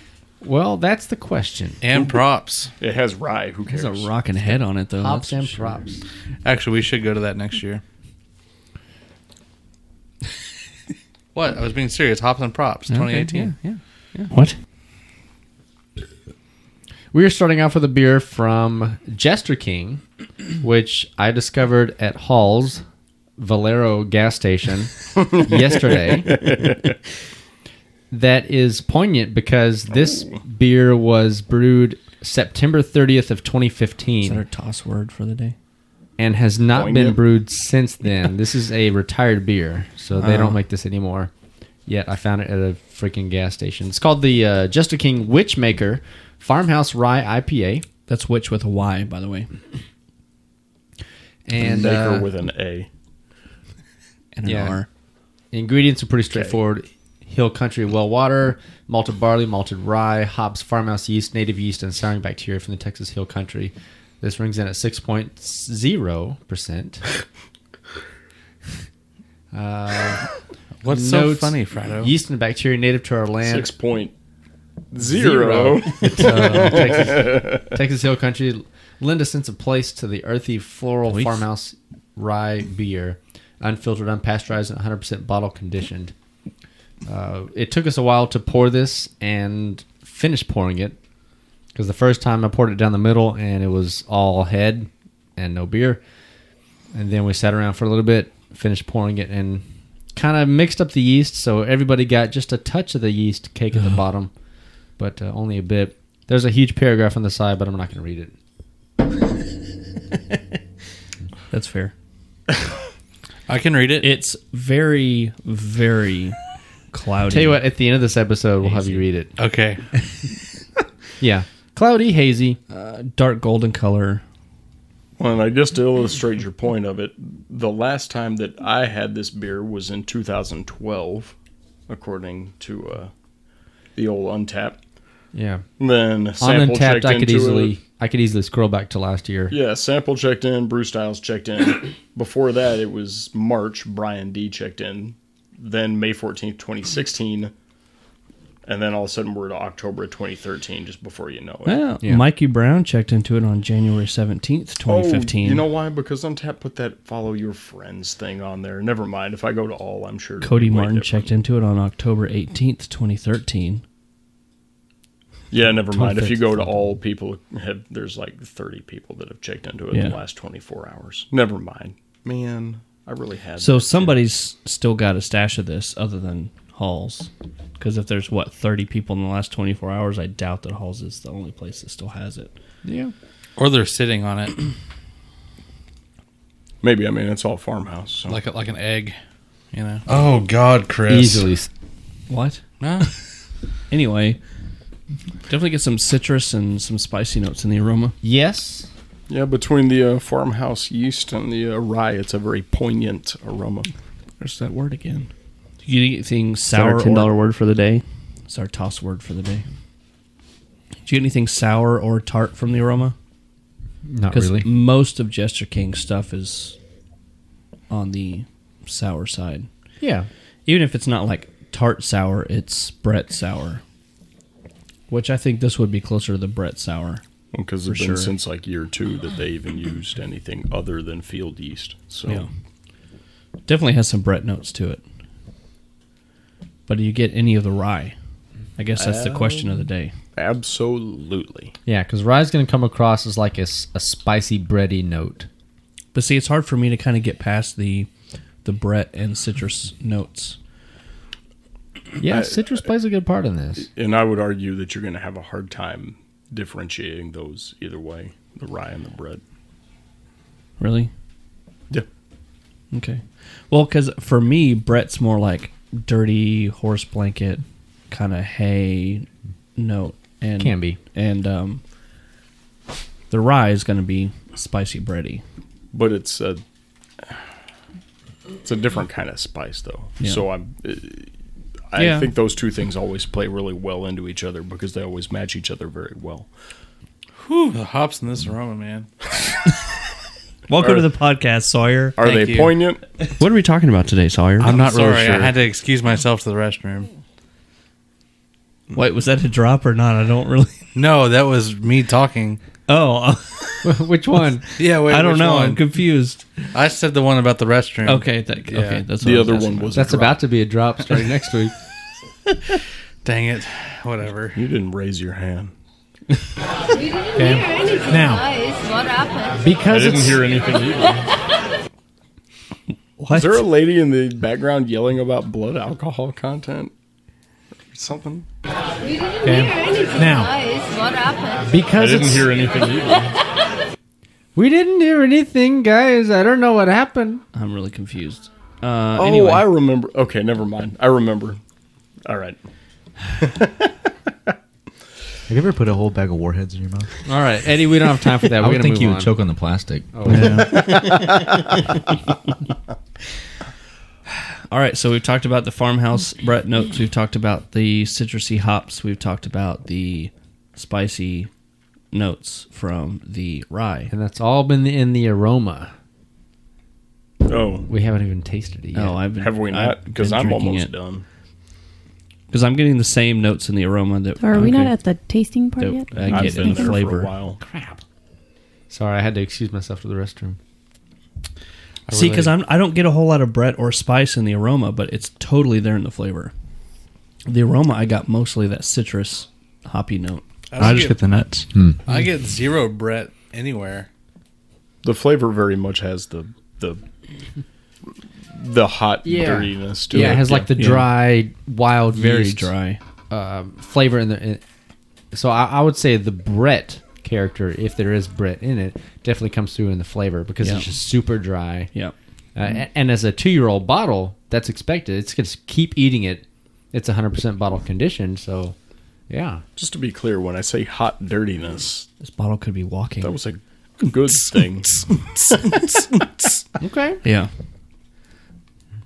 Speaker 5: Well, that's the question.
Speaker 3: And props.
Speaker 2: it has rye. Who cares?
Speaker 1: There's a rocking head on it though.
Speaker 5: Hops
Speaker 1: that's
Speaker 5: and
Speaker 1: for sure.
Speaker 5: props.
Speaker 3: Actually, we should go to that
Speaker 1: [laughs]
Speaker 3: next year. what? I was being serious. Hops and props, 2018.
Speaker 1: Yeah, yeah, yeah. What?
Speaker 5: We are starting off with a beer from Jester King, which I discovered at Hall's Valero gas station yesterday. that is poignant because this beer was brewed September 30th
Speaker 1: Is that
Speaker 5: of
Speaker 1: our
Speaker 5: 2015
Speaker 1: toss word for the day?
Speaker 5: and has not been
Speaker 2: Poignant?
Speaker 5: brewed since then. this is a retired beer, so they don't make this anymore. Yet I found it at a freaking gas station. It's called the uh, Jester King Witchmaker Farmhouse Rye IPA.
Speaker 1: That's which with a Y, by the way.
Speaker 5: and
Speaker 2: maker
Speaker 5: uh,
Speaker 2: with an A.
Speaker 1: And an
Speaker 5: Yeah.
Speaker 1: R.
Speaker 5: ingredients are pretty straightforward. Hill country well water, malted barley, malted rye, hops, farmhouse yeast, native yeast, and souring bacteria from the Texas Hill country. This rings in at six point zero
Speaker 3: [laughs]
Speaker 5: percent.
Speaker 3: What's so
Speaker 5: Uh, Notes,
Speaker 3: funny, Fredo?
Speaker 5: Yeast and bacteria native to our land.
Speaker 2: Six point zero.
Speaker 5: Uh, Texas, Texas Hill Country lend a sense of place to the earthy floral farmhouse rye beer, unfiltered, unpasteurized, and 100% bottle conditioned. Uh, it took us a while to pour this and finish pouring it because the first time I poured it down the middle and it was all head and no beer. And then we sat around for a little bit, finished pouring it, and kind of mixed up the yeast. So everybody got just a touch of the yeast cake at the bottom, but uh, only a bit. There's a huge paragraph on the side, but I'm not going to read it.
Speaker 1: That's fair.
Speaker 3: I can read it.
Speaker 1: It's very, very cloudy.
Speaker 5: Tell you what, at the end of this episode, we'll have you read it.
Speaker 3: Okay.
Speaker 5: Yeah. Cloudy, hazy.
Speaker 1: dark golden color.
Speaker 2: Well, and I guess to illustrate your point of it, the last time that I had this beer was in 2012, according to uh, the old Untapped.
Speaker 5: Yeah.
Speaker 2: Then
Speaker 5: On
Speaker 2: sample
Speaker 5: untapped,
Speaker 2: checked
Speaker 5: I could
Speaker 2: into
Speaker 5: easily
Speaker 2: it.
Speaker 5: I could easily scroll back to last year.
Speaker 2: Yeah, Sample checked in, Bruce Styles checked
Speaker 5: [coughs]
Speaker 2: in. Before that, it was March, Brian D checked in. Then May 14th, 2016. And then all of a sudden, we're to October 2013, just before you know it.
Speaker 1: Well, Mikey Brown checked into it on January 17th, 2015.
Speaker 2: Oh, you know why? Because Untap put that follow your friends thing on there. Never mind. If I go to all, I'm sure. it'll
Speaker 1: Cody
Speaker 2: be way
Speaker 1: Martin
Speaker 2: different.
Speaker 1: checked into it on October 18th, 2013.
Speaker 2: Yeah, never mind. If you go to all, people have there's like 30 people that have checked into it in
Speaker 1: Yeah.
Speaker 2: the last 24 hours. Never mind. Man, I really had.
Speaker 1: So
Speaker 2: that.
Speaker 1: somebody's still got a stash of this other than Halls. Because if there's, what, 30 people in the last 24 hours, I doubt that Halls is the only place that still has it.
Speaker 3: or they're sitting on it [clears throat]
Speaker 2: maybe I mean it's all farmhouse. So.
Speaker 3: like a, like an egg. You know,
Speaker 9: Oh God, Chris.
Speaker 5: Easily. s-
Speaker 1: What?
Speaker 3: no,
Speaker 1: Anyway, definitely get some citrus and some spicy notes in the aroma.
Speaker 5: Yes.
Speaker 2: yeah, between the uh, farmhouse yeast and the uh, rye, it's a very poignant aroma.
Speaker 1: There's that word again. You get anything sour?
Speaker 10: $10
Speaker 1: or,
Speaker 10: word for the day.
Speaker 1: It's our toss word for the day. Do you get anything sour or tart from the aroma?
Speaker 5: Not
Speaker 1: Because
Speaker 5: really.
Speaker 1: most of Jester King's stuff is on the sour side.
Speaker 5: Yeah.
Speaker 1: Even if it's not like tart sour, it's Brett sour. Which I think this would be closer to the Brett sour.
Speaker 2: Because it's been since like year two that they even used anything other than field yeast. So
Speaker 1: Yeah. Definitely has some Brett notes to it. But do you get any of the rye? I guess that's the question
Speaker 10: Um,
Speaker 1: of the day.
Speaker 2: absolutely,
Speaker 5: Yeah, because rye's going to come across as like a, s- a spicy bready note.
Speaker 1: But see, it's hard for me to kind of get past the the Brett and citrus notes.
Speaker 5: Yeah, citrus
Speaker 2: uh,
Speaker 5: plays a good part
Speaker 2: [laughs]
Speaker 5: in this.
Speaker 2: and I would argue that you're going to have a hard time differentiating those either way, the rye and the bread.
Speaker 1: Really?
Speaker 2: Yeah.
Speaker 1: Okay. Well, because for me, Brett's more like dirty horse blanket kind of hay note, and
Speaker 5: Can be.
Speaker 1: and um, the rye is going to be spicy bready.
Speaker 2: but it's a it's a different kind of spice though.
Speaker 1: Yeah.
Speaker 2: So I'm uh, I
Speaker 1: Yeah.
Speaker 2: think those two things always play really well into each other because they always match each other very well.
Speaker 3: Whew, the hops in this aroma, man.
Speaker 1: Welcome to the podcast, Sawyer.
Speaker 2: Are they
Speaker 3: Thank you.
Speaker 2: poignant?
Speaker 10: What are we talking about today, Sawyer?
Speaker 3: I'm not really
Speaker 2: sorry,
Speaker 3: sure.
Speaker 2: I
Speaker 3: I had to excuse myself to the restroom.
Speaker 1: Wait, was that a drop or not? I don't really.
Speaker 3: No, that was me talking.
Speaker 1: Oh,
Speaker 5: Which one?
Speaker 3: Yeah, wait,
Speaker 1: I don't
Speaker 3: which
Speaker 1: know.
Speaker 3: one?
Speaker 1: I'm confused.
Speaker 3: I said the one about the restroom.
Speaker 1: Okay, that,
Speaker 3: Yeah.
Speaker 1: okay, that's what
Speaker 2: The
Speaker 1: I was
Speaker 2: other
Speaker 1: asking
Speaker 2: one
Speaker 1: about.
Speaker 2: was
Speaker 5: That's
Speaker 2: a drop.
Speaker 5: about to be a drop starting next week.
Speaker 3: Dang it. Whatever.
Speaker 2: You didn't raise your hand.
Speaker 11: Now.
Speaker 12: What happened?
Speaker 2: [laughs] I
Speaker 5: Because
Speaker 2: didn't
Speaker 5: it's
Speaker 2: hear anything either.
Speaker 1: What?
Speaker 2: Is there a lady in the background yelling about blood alcohol content? or Something.
Speaker 11: Now.
Speaker 12: What happened?
Speaker 5: because it's
Speaker 2: anything either.
Speaker 5: we didn't hear anything, guys. I don't know what happened.
Speaker 1: I'm really confused. Uh,
Speaker 2: Oh,
Speaker 1: anyway,
Speaker 2: I remember. Okay, never mind. I remember. All right.
Speaker 13: Have you ever put a whole bag of warheads in your mouth?
Speaker 5: All right, Eddie, we don't have time for that. [laughs]
Speaker 13: I
Speaker 5: We're
Speaker 13: would
Speaker 5: gonna
Speaker 13: think
Speaker 5: move
Speaker 13: you
Speaker 5: on. Oh,
Speaker 13: would choke on the plastic.
Speaker 14: Oh,
Speaker 1: All right, so we've talked about the farmhouse Brett notes. We've talked about the citrusy hops. We've talked about the spicy notes from the rye.
Speaker 5: And that's all been in the aroma.
Speaker 2: Oh,
Speaker 5: We haven't even tasted it yet.
Speaker 1: Oh, I've been,
Speaker 2: have we not? Because I'm almost done.
Speaker 1: Because I'm getting the same notes in the aroma that.
Speaker 15: Are we not
Speaker 1: okay,
Speaker 15: at the tasting part
Speaker 1: that
Speaker 15: yet?
Speaker 1: I
Speaker 2: I've
Speaker 1: get
Speaker 2: been
Speaker 1: in
Speaker 2: there for a
Speaker 1: flavor.
Speaker 2: while.
Speaker 5: Sorry, I had to excuse myself to the restroom.
Speaker 1: See, because I'm I don't get a whole lot of Brett or spice in the aroma, but it's totally there in the flavor. The aroma I got mostly that citrus hoppy note.
Speaker 3: I, just get,
Speaker 10: the nuts.
Speaker 3: I get zero Brett anywhere.
Speaker 2: the flavor very much has the the the hot
Speaker 5: Yeah.
Speaker 2: dirtiness to
Speaker 5: yeah,
Speaker 2: it.
Speaker 5: it has like the
Speaker 1: yeah.
Speaker 5: dry, wild,
Speaker 1: Very
Speaker 5: yeast,
Speaker 1: dry.
Speaker 5: um, flavor in the. In, so I, I would say the Brett character, if there is Brett in it, definitely comes through in the flavor because
Speaker 1: Yeah.
Speaker 5: it's just super dry.
Speaker 1: Yep.
Speaker 5: Uh, and, and as a two-year-old bottle, that's expected. It's going to keep eating it. It's 100% bottle conditioned, so yeah.
Speaker 2: Just to be clear, when I say hot dirtiness,
Speaker 1: This bottle could be walking.
Speaker 2: that was a good thing. [laughs]
Speaker 5: Okay.
Speaker 1: yeah.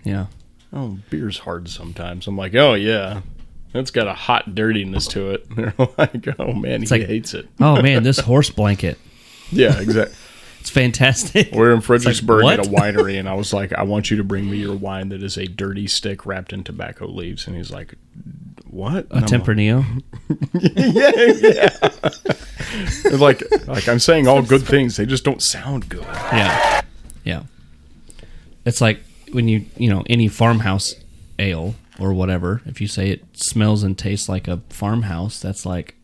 Speaker 1: Yeah.
Speaker 2: oh, beer's hard sometimes. I'm like, oh yeah, That's got a hot dirtiness to it. [laughs] They're like, oh man, he
Speaker 1: like-
Speaker 2: hates it.
Speaker 1: Oh man, this horse blanket.
Speaker 2: Yeah, exactly.
Speaker 1: It's fantastic.
Speaker 2: We're in Fredericksburg
Speaker 1: what?
Speaker 2: at a winery, and I was like, I want you to bring me your wine that is a dirty stick wrapped in tobacco leaves. And he's like, What?
Speaker 1: A
Speaker 2: And I'm
Speaker 1: Tempranillo.
Speaker 2: yeah, yeah. It's [laughs] like, like I'm saying all good things, they just don't sound good.
Speaker 1: Yeah. Yeah. It's like when you, you know, any farmhouse ale or whatever, if you say it smells and tastes like a farmhouse, that's like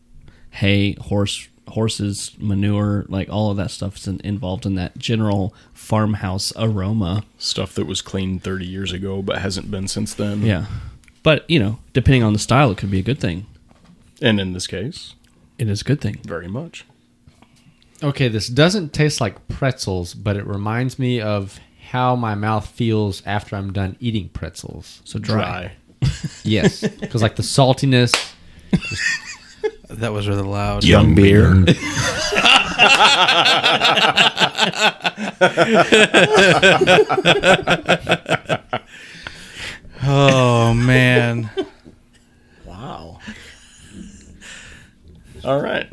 Speaker 1: hay, horse, horses, manure, like all of that stuff is in, involved in that general farmhouse aroma.
Speaker 2: Stuff that was cleaned 30 years ago, but hasn't been since then.
Speaker 1: Yeah. But, you know, depending on the style, it could be a good thing.
Speaker 2: And in this case,
Speaker 1: It is a good thing.
Speaker 2: very much.
Speaker 5: Okay, this doesn't taste like pretzels, but it reminds me of how my mouth feels after I'm done eating pretzels.
Speaker 1: So dry.
Speaker 2: Dry.
Speaker 5: [laughs] Yes, because like the saltiness.
Speaker 3: That was really loud.
Speaker 2: Young beer.
Speaker 3: Oh man.
Speaker 2: Wow. All right.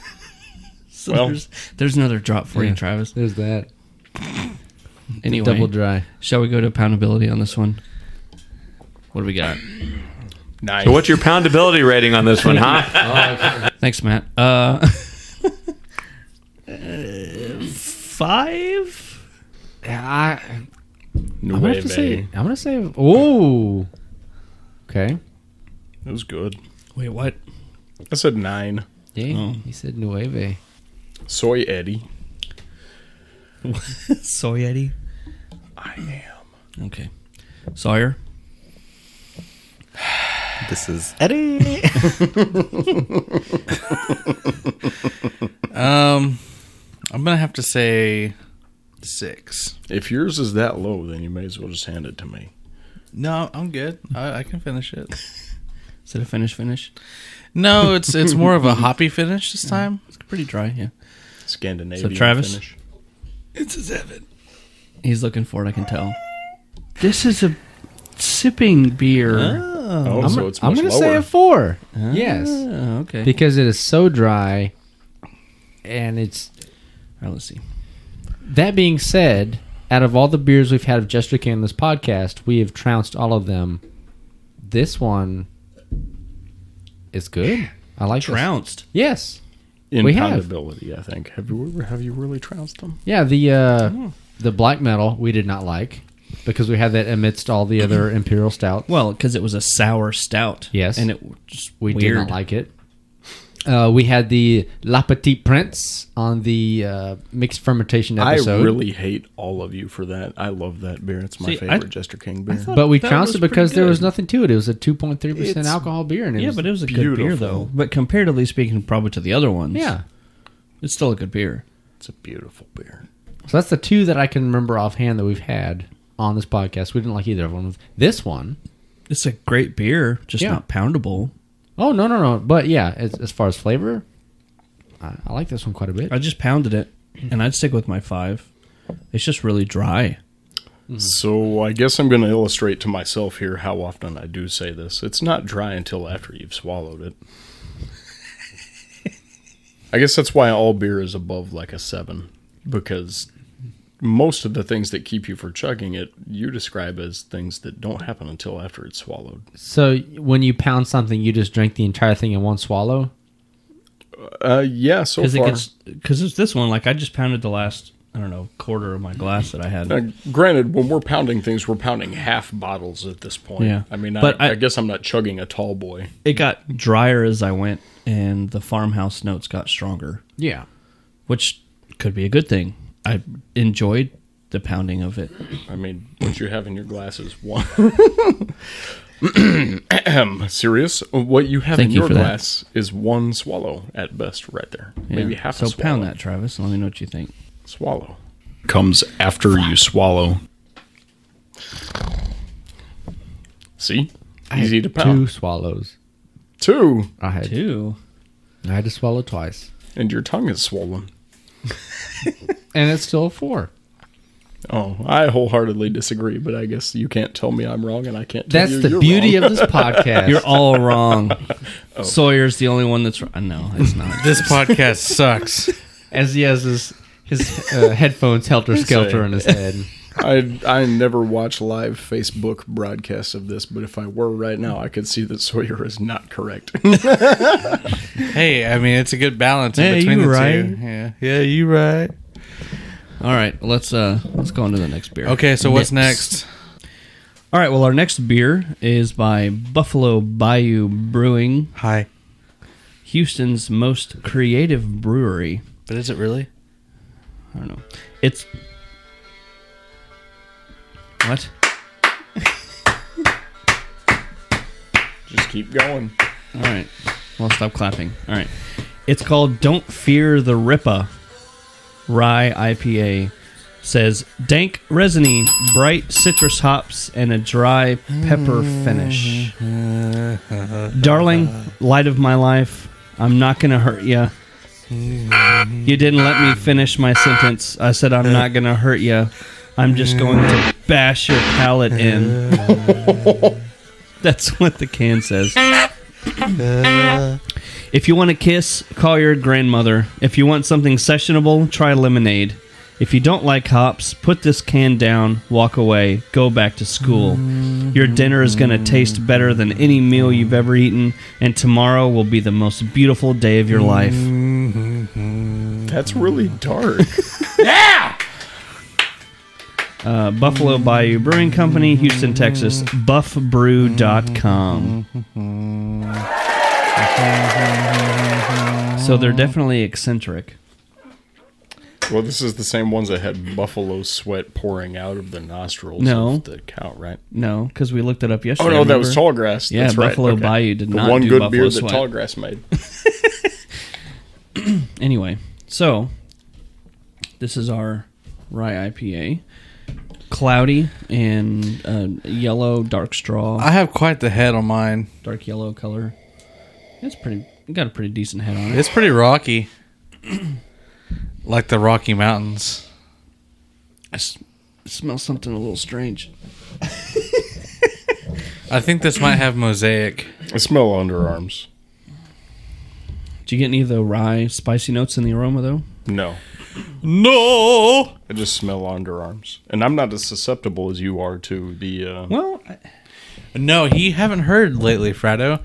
Speaker 1: [laughs]
Speaker 2: well,
Speaker 1: There's, there's another drop for you, Travis.
Speaker 5: There's that
Speaker 1: Anyway,
Speaker 5: double dry.
Speaker 1: shall we go to poundability on this one? What do we got?
Speaker 2: nice.
Speaker 14: So what's your poundability rating on this one,
Speaker 13: [laughs]
Speaker 14: huh?
Speaker 1: Thanks, Matt. Uh, [laughs] uh, five.
Speaker 5: I,
Speaker 2: Nueve.
Speaker 5: I'm gonna have to say. I'm gonna say. Oh, okay.
Speaker 2: It was good.
Speaker 1: Wait, what?
Speaker 2: I said nine.
Speaker 5: Yeah,
Speaker 2: Oh.
Speaker 5: he said nueve.
Speaker 2: Soy Eddie.
Speaker 1: Soy Eddie.
Speaker 2: I am.
Speaker 1: Okay. Sawyer.
Speaker 4: This is
Speaker 3: Um, I'm gonna have to say six.
Speaker 2: If yours is that low, then you may as well just hand it to me.
Speaker 3: No, I'm good. I, I can finish it.
Speaker 1: Is it a finish? Finish.
Speaker 3: No, it's it's more of a hoppy finish this time.
Speaker 1: It's pretty dry. Yeah.
Speaker 2: Scandinavian
Speaker 1: So Travis?
Speaker 2: finish.
Speaker 1: He's looking for it. I can tell. This is a sipping beer.
Speaker 2: Oh,
Speaker 5: I'm,
Speaker 2: so
Speaker 5: gonna-
Speaker 2: it's
Speaker 5: I'm
Speaker 2: much
Speaker 5: gonna
Speaker 2: lower.
Speaker 5: say a four. Yes,
Speaker 1: Oh, okay. All
Speaker 5: because it is so dry, and it's
Speaker 1: right. Let's see.
Speaker 5: That being said, out of all the beers we've had of Jester King in this podcast, we have trounced all of them. This one is good. I like this.
Speaker 1: Trounced.
Speaker 5: Yes.
Speaker 2: in
Speaker 5: We have.
Speaker 2: poundability, I think. Have you ever, have you really trounced them?
Speaker 5: Yeah, the uh,
Speaker 1: Oh.
Speaker 5: the black metal we did not like because we had that amidst all the other imperial stout.
Speaker 1: Mm-hmm. Well, because it was a sour stout.
Speaker 5: Yes.
Speaker 1: And it w- just
Speaker 5: We did
Speaker 1: weird.
Speaker 5: not like it. Uh, we had the La Petite Prince on the uh, mixed fermentation episode.
Speaker 2: I really hate all of you for that. I love that beer. It's my
Speaker 1: See, I-
Speaker 2: favorite Jester King beer.
Speaker 5: but we
Speaker 1: That
Speaker 5: trounced
Speaker 1: was
Speaker 5: it because
Speaker 1: pretty
Speaker 5: there was
Speaker 1: good.
Speaker 5: nothing to it. It was a 2.3%
Speaker 2: It's-
Speaker 5: alcohol beer. And it
Speaker 1: Yeah,
Speaker 5: was,
Speaker 1: but it was a good beer
Speaker 2: beautiful.
Speaker 1: though. But comparatively speaking, probably to the other ones.
Speaker 5: Yeah.
Speaker 1: It's still a good beer.
Speaker 2: it's a beautiful beer.
Speaker 5: So that's the two that I can remember offhand that we've had on this podcast. We didn't like either of them. This one,
Speaker 1: It's a great beer, just
Speaker 5: Yeah.
Speaker 1: not poundable.
Speaker 5: oh no, no, no. But yeah, as, as far as flavor, I, I like this one quite a bit.
Speaker 1: I just pounded it, and I'd stick with my five. It's just really dry.
Speaker 2: So I guess I'm going to illustrate to myself here how often I do say this. It's not dry until after you've swallowed it. I guess that's why all beer is above like a seven, because most of the things that keep you from chugging it, you describe as things that don't happen until after it's swallowed.
Speaker 5: So when you pound something, you just drink the entire thing in one swallow.
Speaker 2: Uh, yeah, so
Speaker 1: Because
Speaker 2: far.
Speaker 1: it gets because it's this one. Like I just pounded the last I don't know quarter of my glass that I had.
Speaker 2: Now, Uh, granted, when we're pounding things, we're pounding half bottles at this point.
Speaker 1: Yeah.
Speaker 2: I mean,
Speaker 1: But
Speaker 2: I, I,
Speaker 1: I-
Speaker 2: guess I'm not chugging a tall boy.
Speaker 1: It got drier as I went, and the farmhouse notes got stronger,
Speaker 5: Yeah.
Speaker 1: which could be a good thing. I enjoyed the pounding of it.
Speaker 2: I mean, what you have in your glass is one. [clears throat] Ahem. Serious? What you have
Speaker 1: Thank
Speaker 2: in
Speaker 1: you
Speaker 2: your
Speaker 1: for that.
Speaker 2: glass is one swallow at best, right there.
Speaker 1: Yeah.
Speaker 2: Maybe half
Speaker 1: So
Speaker 2: a swallow.
Speaker 1: pound that, Travis. and Let me know what you think.
Speaker 2: Swallow.
Speaker 4: comes after you swallow.
Speaker 2: See? Easy to
Speaker 5: Two
Speaker 2: pound.
Speaker 5: swallows.
Speaker 2: Two.
Speaker 5: I had.
Speaker 1: Two.
Speaker 5: I had to swallow twice,
Speaker 2: And your tongue is swollen.
Speaker 5: and it's still a four.
Speaker 2: Oh, I wholeheartedly disagree, but I guess you can't tell me I'm wrong, and I can't. Tell
Speaker 5: That's
Speaker 2: you
Speaker 5: the
Speaker 2: you're
Speaker 5: beauty
Speaker 2: wrong.
Speaker 5: of this podcast.
Speaker 1: You're all
Speaker 5: [laughs]
Speaker 1: wrong.
Speaker 2: Oh.
Speaker 1: Sawyer's the only one that's wrong. No, it's not. [laughs]
Speaker 3: This podcast sucks.
Speaker 5: As he has his his uh, headphones helter skelter in his head.
Speaker 2: I I never watch live Facebook broadcasts of this, but if I were right now, I could see that Sawyer is not correct. [laughs]
Speaker 3: Hey, I mean, it's a good balance
Speaker 1: Yeah,
Speaker 3: in between
Speaker 1: you
Speaker 3: the
Speaker 1: right.
Speaker 3: two. Yeah, yeah, you right.
Speaker 1: All right, let's uh let's go on to the next beer.
Speaker 3: Okay, so what's next?
Speaker 1: All right, well our next beer is by Buffalo Bayou Brewing.
Speaker 3: Hi.
Speaker 1: Houston's most creative brewery.
Speaker 3: But is it really?
Speaker 1: I don't know. It's What?
Speaker 2: Just keep going.
Speaker 1: All right. Well, stop clapping. All right. It's called Don't Fear the Ripa Rye IPA. Says dank, resiny, bright citrus hops, and a dry pepper [laughs] finish. Darling, light of my life, I'm not going to hurt ya. You didn't let me finish my sentence. I said, I'm not going to hurt ya. I'm just going to bash your palate [laughs] in. That's what the can says. If you want a kiss, call your grandmother. If you want something sessionable, try lemonade. If you don't like hops, put this can down, walk away, go back to school. Your dinner is going to taste better than any meal you've ever eaten, and tomorrow will be the most beautiful day of your life.
Speaker 2: That's really dark.
Speaker 1: Uh, Buffalo Bayou Brewing Company, Houston, Texas. Buffbrew.com. So they're definitely eccentric.
Speaker 2: well, this is the same ones that had buffalo sweat pouring out of the nostrils
Speaker 1: No.
Speaker 2: of the cow, right?
Speaker 1: No, because we looked it up yesterday.
Speaker 2: Oh no, that
Speaker 1: remember?
Speaker 2: was Tallgrass.
Speaker 1: Yeah,
Speaker 2: That's right.
Speaker 1: Buffalo
Speaker 2: Okay.
Speaker 1: Bayou did
Speaker 2: the
Speaker 1: not
Speaker 2: one
Speaker 1: do
Speaker 2: good
Speaker 1: Buffalo
Speaker 2: beer
Speaker 1: Sweat.
Speaker 2: that Tallgrass made.
Speaker 1: Anyway, so this is our rye IPA, cloudy and uh, yellow, dark straw,
Speaker 3: I have quite the head on mine.
Speaker 1: dark yellow color. It's pretty. it Got a pretty decent head on it.
Speaker 3: It's pretty rocky, like the Rocky Mountains.
Speaker 1: I s- smell something a little strange.
Speaker 3: I think this might have mosaic.
Speaker 2: I smell underarms.
Speaker 1: Do you get any of the rye spicy notes in the aroma though?
Speaker 2: No,
Speaker 3: No.
Speaker 2: I just smell underarms, and I'm not as susceptible as you are to the. Uh,
Speaker 1: Well,
Speaker 3: No, he haven't heard lately, Frado.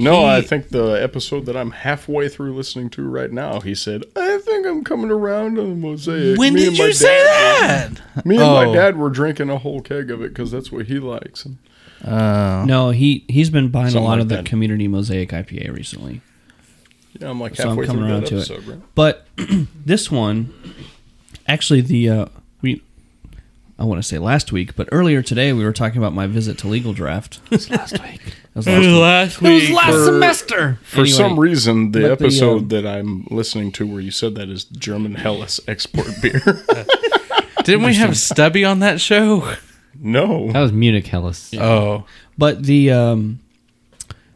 Speaker 2: No, I
Speaker 3: He-
Speaker 2: think the episode that I'm halfway through listening to right now, he said, I think I'm coming around on the mosaic.
Speaker 3: When
Speaker 2: Me
Speaker 3: did
Speaker 2: and my
Speaker 3: you say
Speaker 2: dad-
Speaker 3: that?
Speaker 2: Me and
Speaker 3: Oh.
Speaker 2: my dad were drinking a whole keg of it because that's what he likes. And
Speaker 1: no, he he's been buying a
Speaker 2: Something
Speaker 1: lot
Speaker 2: like
Speaker 1: of the
Speaker 2: that.
Speaker 1: community mosaic IPA recently.
Speaker 2: yeah, I'm like
Speaker 1: so I'm
Speaker 2: halfway
Speaker 1: coming
Speaker 2: through
Speaker 1: around
Speaker 2: that
Speaker 1: to
Speaker 2: episode,
Speaker 1: it.
Speaker 2: right?
Speaker 1: But [clears throat] this one, actually, the uh, we, I want to say last week, but earlier today we were talking about my visit to Legal Draft. It was last week. It was last,
Speaker 2: For-
Speaker 1: semester.
Speaker 2: For some reason, the
Speaker 1: but the, um,
Speaker 2: episode that I'm listening to where you said that is German Hellas export [laughs] beer.
Speaker 3: Didn't we have Stubby on that show?
Speaker 2: no.
Speaker 5: That was Munich Hellas.
Speaker 3: Oh,
Speaker 1: but the um,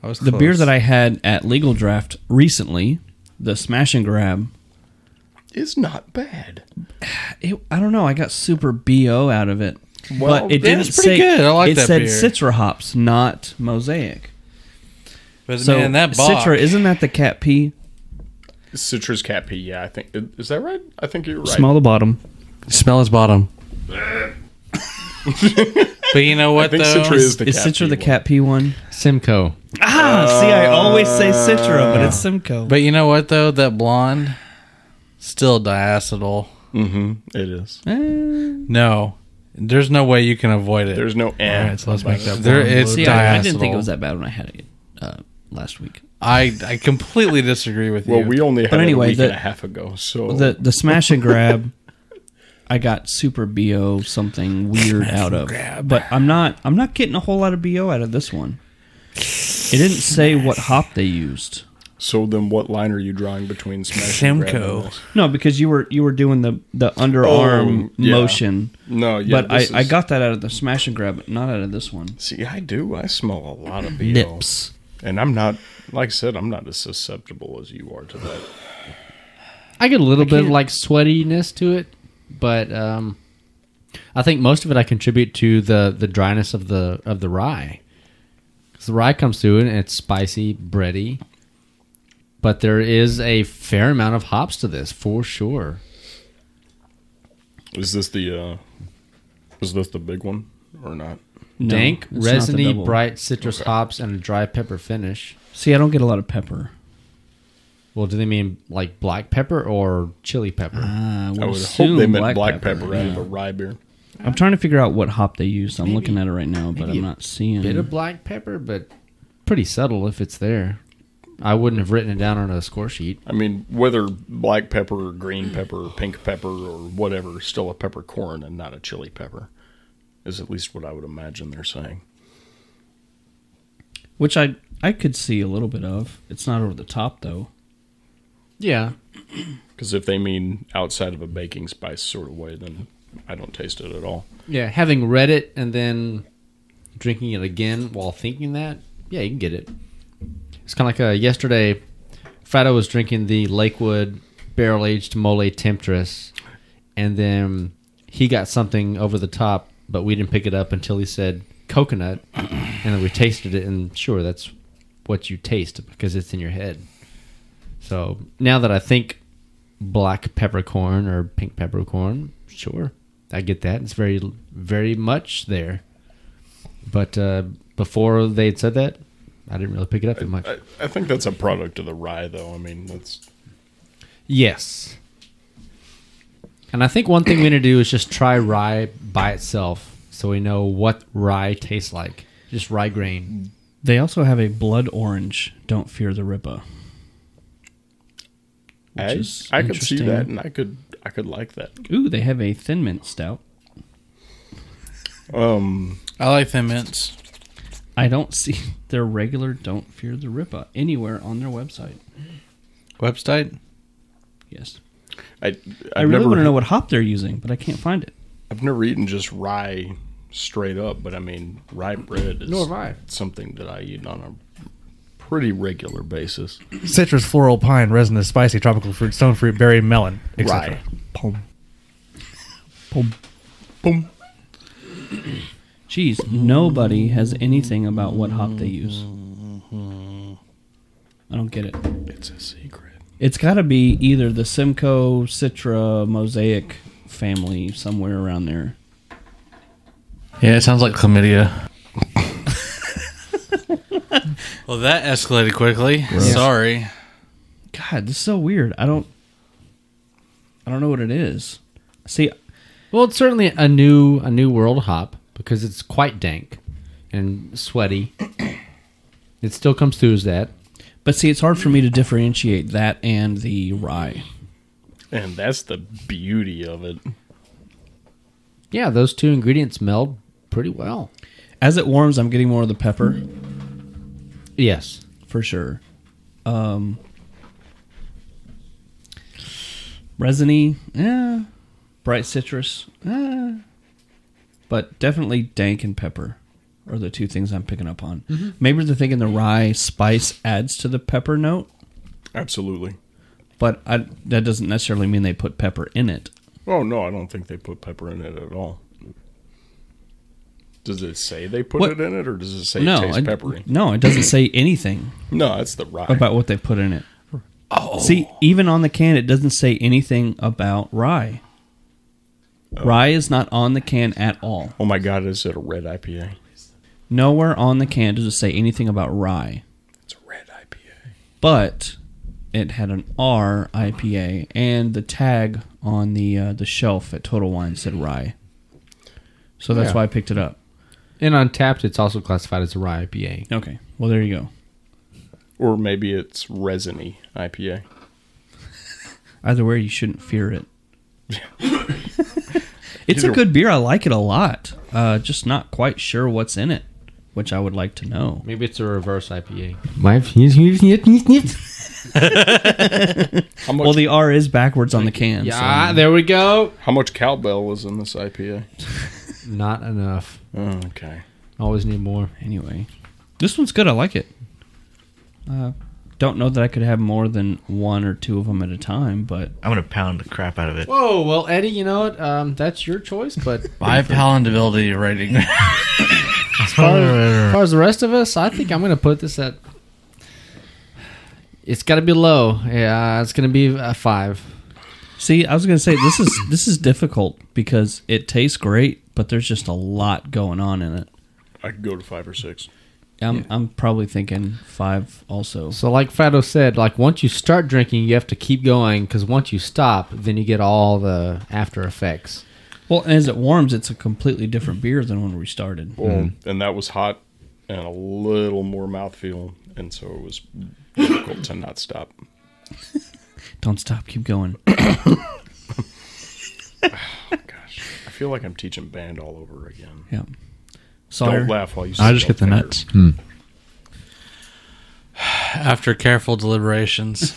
Speaker 3: I was
Speaker 1: the beer that I had at Legal Draft recently, the Smash and Grab.
Speaker 2: It's not bad.
Speaker 1: It, I don't know. I got super bo out of it,
Speaker 2: Well,
Speaker 1: but it
Speaker 3: yeah,
Speaker 1: didn't
Speaker 3: it's
Speaker 1: say.
Speaker 3: pretty good. I like
Speaker 1: it
Speaker 3: that
Speaker 1: said
Speaker 3: beer.
Speaker 1: Citra hops, not mosaic.
Speaker 3: But
Speaker 1: So
Speaker 3: man, that box.
Speaker 1: Citra isn't that the cat pee?
Speaker 2: Citrus Cat Pea, yeah, I think. Is that right? I think you're right.
Speaker 1: Smell the bottom.
Speaker 3: Smell his [laughs] bottom. but uh, you know
Speaker 2: I
Speaker 3: what
Speaker 2: think
Speaker 3: though?
Speaker 2: Citra is the
Speaker 1: Is
Speaker 2: cat pea
Speaker 1: Citra the
Speaker 2: one.
Speaker 1: cat pee one?
Speaker 5: Simcoe.
Speaker 1: Ah, see, I always say Citra, but it's Simcoe.
Speaker 3: But you know what though? That blonde, still diacetyl.
Speaker 2: Mm-hmm. It is.
Speaker 3: No, there's no way you can avoid it.
Speaker 2: There's no
Speaker 3: All
Speaker 2: and.
Speaker 3: right, so let's make that. There, it's
Speaker 1: see,
Speaker 3: diacetyl.
Speaker 1: I, I didn't think it was that bad when I had it uh, last week.
Speaker 3: I, I completely disagree with you.
Speaker 2: Well, we only had
Speaker 1: But anyway,
Speaker 2: it a week
Speaker 1: the-
Speaker 2: and a half ago, so
Speaker 1: The the smash and grab, I got super bo something weird out of. But I'm not I'm not getting a whole lot of bo out of this one. It didn't say what hop they used.
Speaker 2: so then what line are you drawing between Smash and Grab
Speaker 3: Simcoe.
Speaker 2: and this?
Speaker 1: No, because you were you were doing the the underarm
Speaker 2: Oh, yeah.
Speaker 1: motion.
Speaker 2: No, yeah,
Speaker 1: but I,
Speaker 2: this
Speaker 1: I
Speaker 2: is-
Speaker 1: got that out of the smash and grab, but not out of this one.
Speaker 2: See, I do. I smell a lot of BO.
Speaker 1: Nips.
Speaker 2: And I'm not, like I said, I'm not as susceptible as you are to that.
Speaker 5: I get a little bit of like sweatiness to it, but um, I think most of it I contribute to the the dryness of the of the rye. Because the rye comes through and it's spicy, bready. But there is a fair amount of hops to this for sure.
Speaker 2: Is this the uh is this the big one or not?
Speaker 5: Dank, resiny, bright citrus hops, and a dry pepper finish.
Speaker 1: See, I don't get a lot of pepper.
Speaker 5: Well, do they mean like black pepper or chili pepper?
Speaker 1: Uh,
Speaker 2: I would hope they meant black pepper, out of a rye beer.
Speaker 1: I'm trying to figure out what hop they use. I'm
Speaker 5: Maybe-
Speaker 1: looking at it right now, but
Speaker 5: maybe
Speaker 1: I'm
Speaker 5: a
Speaker 1: not seeing.
Speaker 5: Bit of black pepper, but pretty subtle if it's there. I wouldn't have written it down on a score sheet.
Speaker 2: I mean, whether black pepper or green pepper or pink pepper or whatever, is still a peppercorn and not a chili pepper, is at least what I would imagine they're saying.
Speaker 1: which I I could see a little bit of. It's not over the top though.
Speaker 5: Yeah.
Speaker 2: Because if they mean outside of a baking spice sort of way, then I don't taste it at all.
Speaker 5: Yeah, having read it and then drinking it again while thinking that, yeah, you can get it. It's kind of like uh yesterday, Frado was drinking the Lakewood Barrel Aged Mole Temptress, and then he got something over the top, but we didn't pick it up until he said coconut, and then we tasted it, and sure, that's what you taste because it's in your head. So now that I think black peppercorn or pink peppercorn, sure, I get that. It's very, very much there. But uh, before they had said that, I didn't really pick it up that much.
Speaker 2: I, I think that's a product of the rye, though. I mean, that's
Speaker 5: Yes. And I think one thing we need to do is just try rye by itself so we know what rye tastes like. Just rye grain.
Speaker 1: They also have a blood orange. Don't fear the Rippa. Which
Speaker 2: I,
Speaker 1: is
Speaker 2: I could see
Speaker 1: interesting.
Speaker 2: that, and I could I could like that.
Speaker 1: Ooh, they have a thin mint stout.
Speaker 2: Um,
Speaker 3: I like thin mints.
Speaker 1: I don't [laughs] see their regular "Don't Fear the Rippa" anywhere on their website.
Speaker 3: Website?
Speaker 1: Yes.
Speaker 2: I I've
Speaker 1: I really
Speaker 2: never
Speaker 1: want to know what hop they're using, but I can't find it.
Speaker 2: I've never eaten just rye straight up, but I mean rye bread is
Speaker 5: Nor have I.
Speaker 2: something that I eat on a pretty regular basis.
Speaker 16: Citrus, floral, pine, resinous, spicy, tropical fruit, stone fruit, berry, melon, etc.
Speaker 2: Rye.
Speaker 16: Pom.
Speaker 1: Boom. Boom. Jeez, nobody has anything about what hop they use. I don't get it.
Speaker 2: It's a secret.
Speaker 1: It's got to be either the Simcoe, Citra, Mosaic family, somewhere around there.
Speaker 3: Yeah, it sounds like chlamydia. [laughs] well, that escalated quickly.
Speaker 1: Gross.
Speaker 3: Sorry.
Speaker 1: God, this is so weird. I don't, I don't know what it is. See,
Speaker 5: Well, it's certainly a new a new world hop because it's quite dank and [coughs] sweaty. It still comes through as that.
Speaker 1: but see, it's hard for me to differentiate that and the rye.
Speaker 2: And that's the beauty of it.
Speaker 5: Yeah, those two ingredients meld pretty well.
Speaker 1: As it warms, I'm getting more of the pepper
Speaker 5: Yes.
Speaker 1: for sure. Um, resiny, yeah, bright citrus, eh. but definitely dank and pepper are the two things I'm picking up on.
Speaker 8: Mhm.
Speaker 1: Maybe they're thinking the rye spice adds to the pepper note,
Speaker 2: Absolutely.
Speaker 1: but I, that doesn't necessarily mean they put pepper in it.
Speaker 2: Oh no, I don't think they put pepper in it at all. Does it say they put
Speaker 1: What-
Speaker 2: it in it, or does it say
Speaker 1: no,
Speaker 2: it tastes
Speaker 1: it-
Speaker 2: peppery?
Speaker 1: No, it doesn't say anything
Speaker 2: No, it's the rye.
Speaker 1: about what they put in it. Oh. See, even on the can, it doesn't say anything about rye. Rye is not on the can at all.
Speaker 2: Oh my god, is it a red IPA?
Speaker 1: Nowhere on the can does it say anything about rye.
Speaker 2: It's a red IPA.
Speaker 1: but it had an R IPA, and the tag on the uh, the shelf at Total Wine said rye. So that's
Speaker 5: Yeah.
Speaker 1: why I picked it up.
Speaker 5: And on tapped, it's also classified as a rye IPA.
Speaker 1: Okay, well there you go.
Speaker 2: Or maybe it's resiny IPA.
Speaker 1: Either way, you shouldn't fear it. [laughs] it's
Speaker 2: Either-
Speaker 1: a good beer. I like it a lot. Uh, just not quite sure what's in it, which I would like to know.
Speaker 5: Maybe it's a reverse IPA.
Speaker 13: My
Speaker 5: [laughs]
Speaker 2: How much-
Speaker 1: well, the R is backwards on the can.
Speaker 5: Yeah,
Speaker 1: so-
Speaker 5: there we go.
Speaker 2: How much cowbell was in this IPA?
Speaker 5: Not enough.
Speaker 2: Oh, okay.
Speaker 5: Always need more.
Speaker 1: Anyway, this one's good. I like it. Uh, don't know that I could have more than one or two of them at a time, but I'm gonna pound the crap out of it.
Speaker 5: Whoa, well, Eddie, you know what? Um, that's your choice, [laughs] but
Speaker 3: Five palatability rating. [laughs]
Speaker 5: as, far as, as far as the rest of us, I think I'm going to put this at. It's got to be low. Yeah, it's going to be a five.
Speaker 1: See, I was gonna say this is this is difficult because it tastes great, but there's just a lot going on in it.
Speaker 2: I could go to five or six.
Speaker 1: I'm I'm probably thinking five also.
Speaker 5: So, like Fado said, like once you start drinking, you have to keep going because once you stop, then you get all the after effects.
Speaker 1: Well, and as it warms, it's a completely different beer than when we started.
Speaker 2: Well, and that was hot and a little more mouthfeel, and so it was difficult to not stop.
Speaker 1: Don't stop, keep going. [coughs]
Speaker 2: I feel like I'm teaching band all over again.
Speaker 1: Yeah. Sawyer?
Speaker 2: Don't laugh while you.
Speaker 13: I just
Speaker 2: sit
Speaker 13: get the
Speaker 2: there.
Speaker 13: nuts. Hmm.
Speaker 3: After careful deliberations,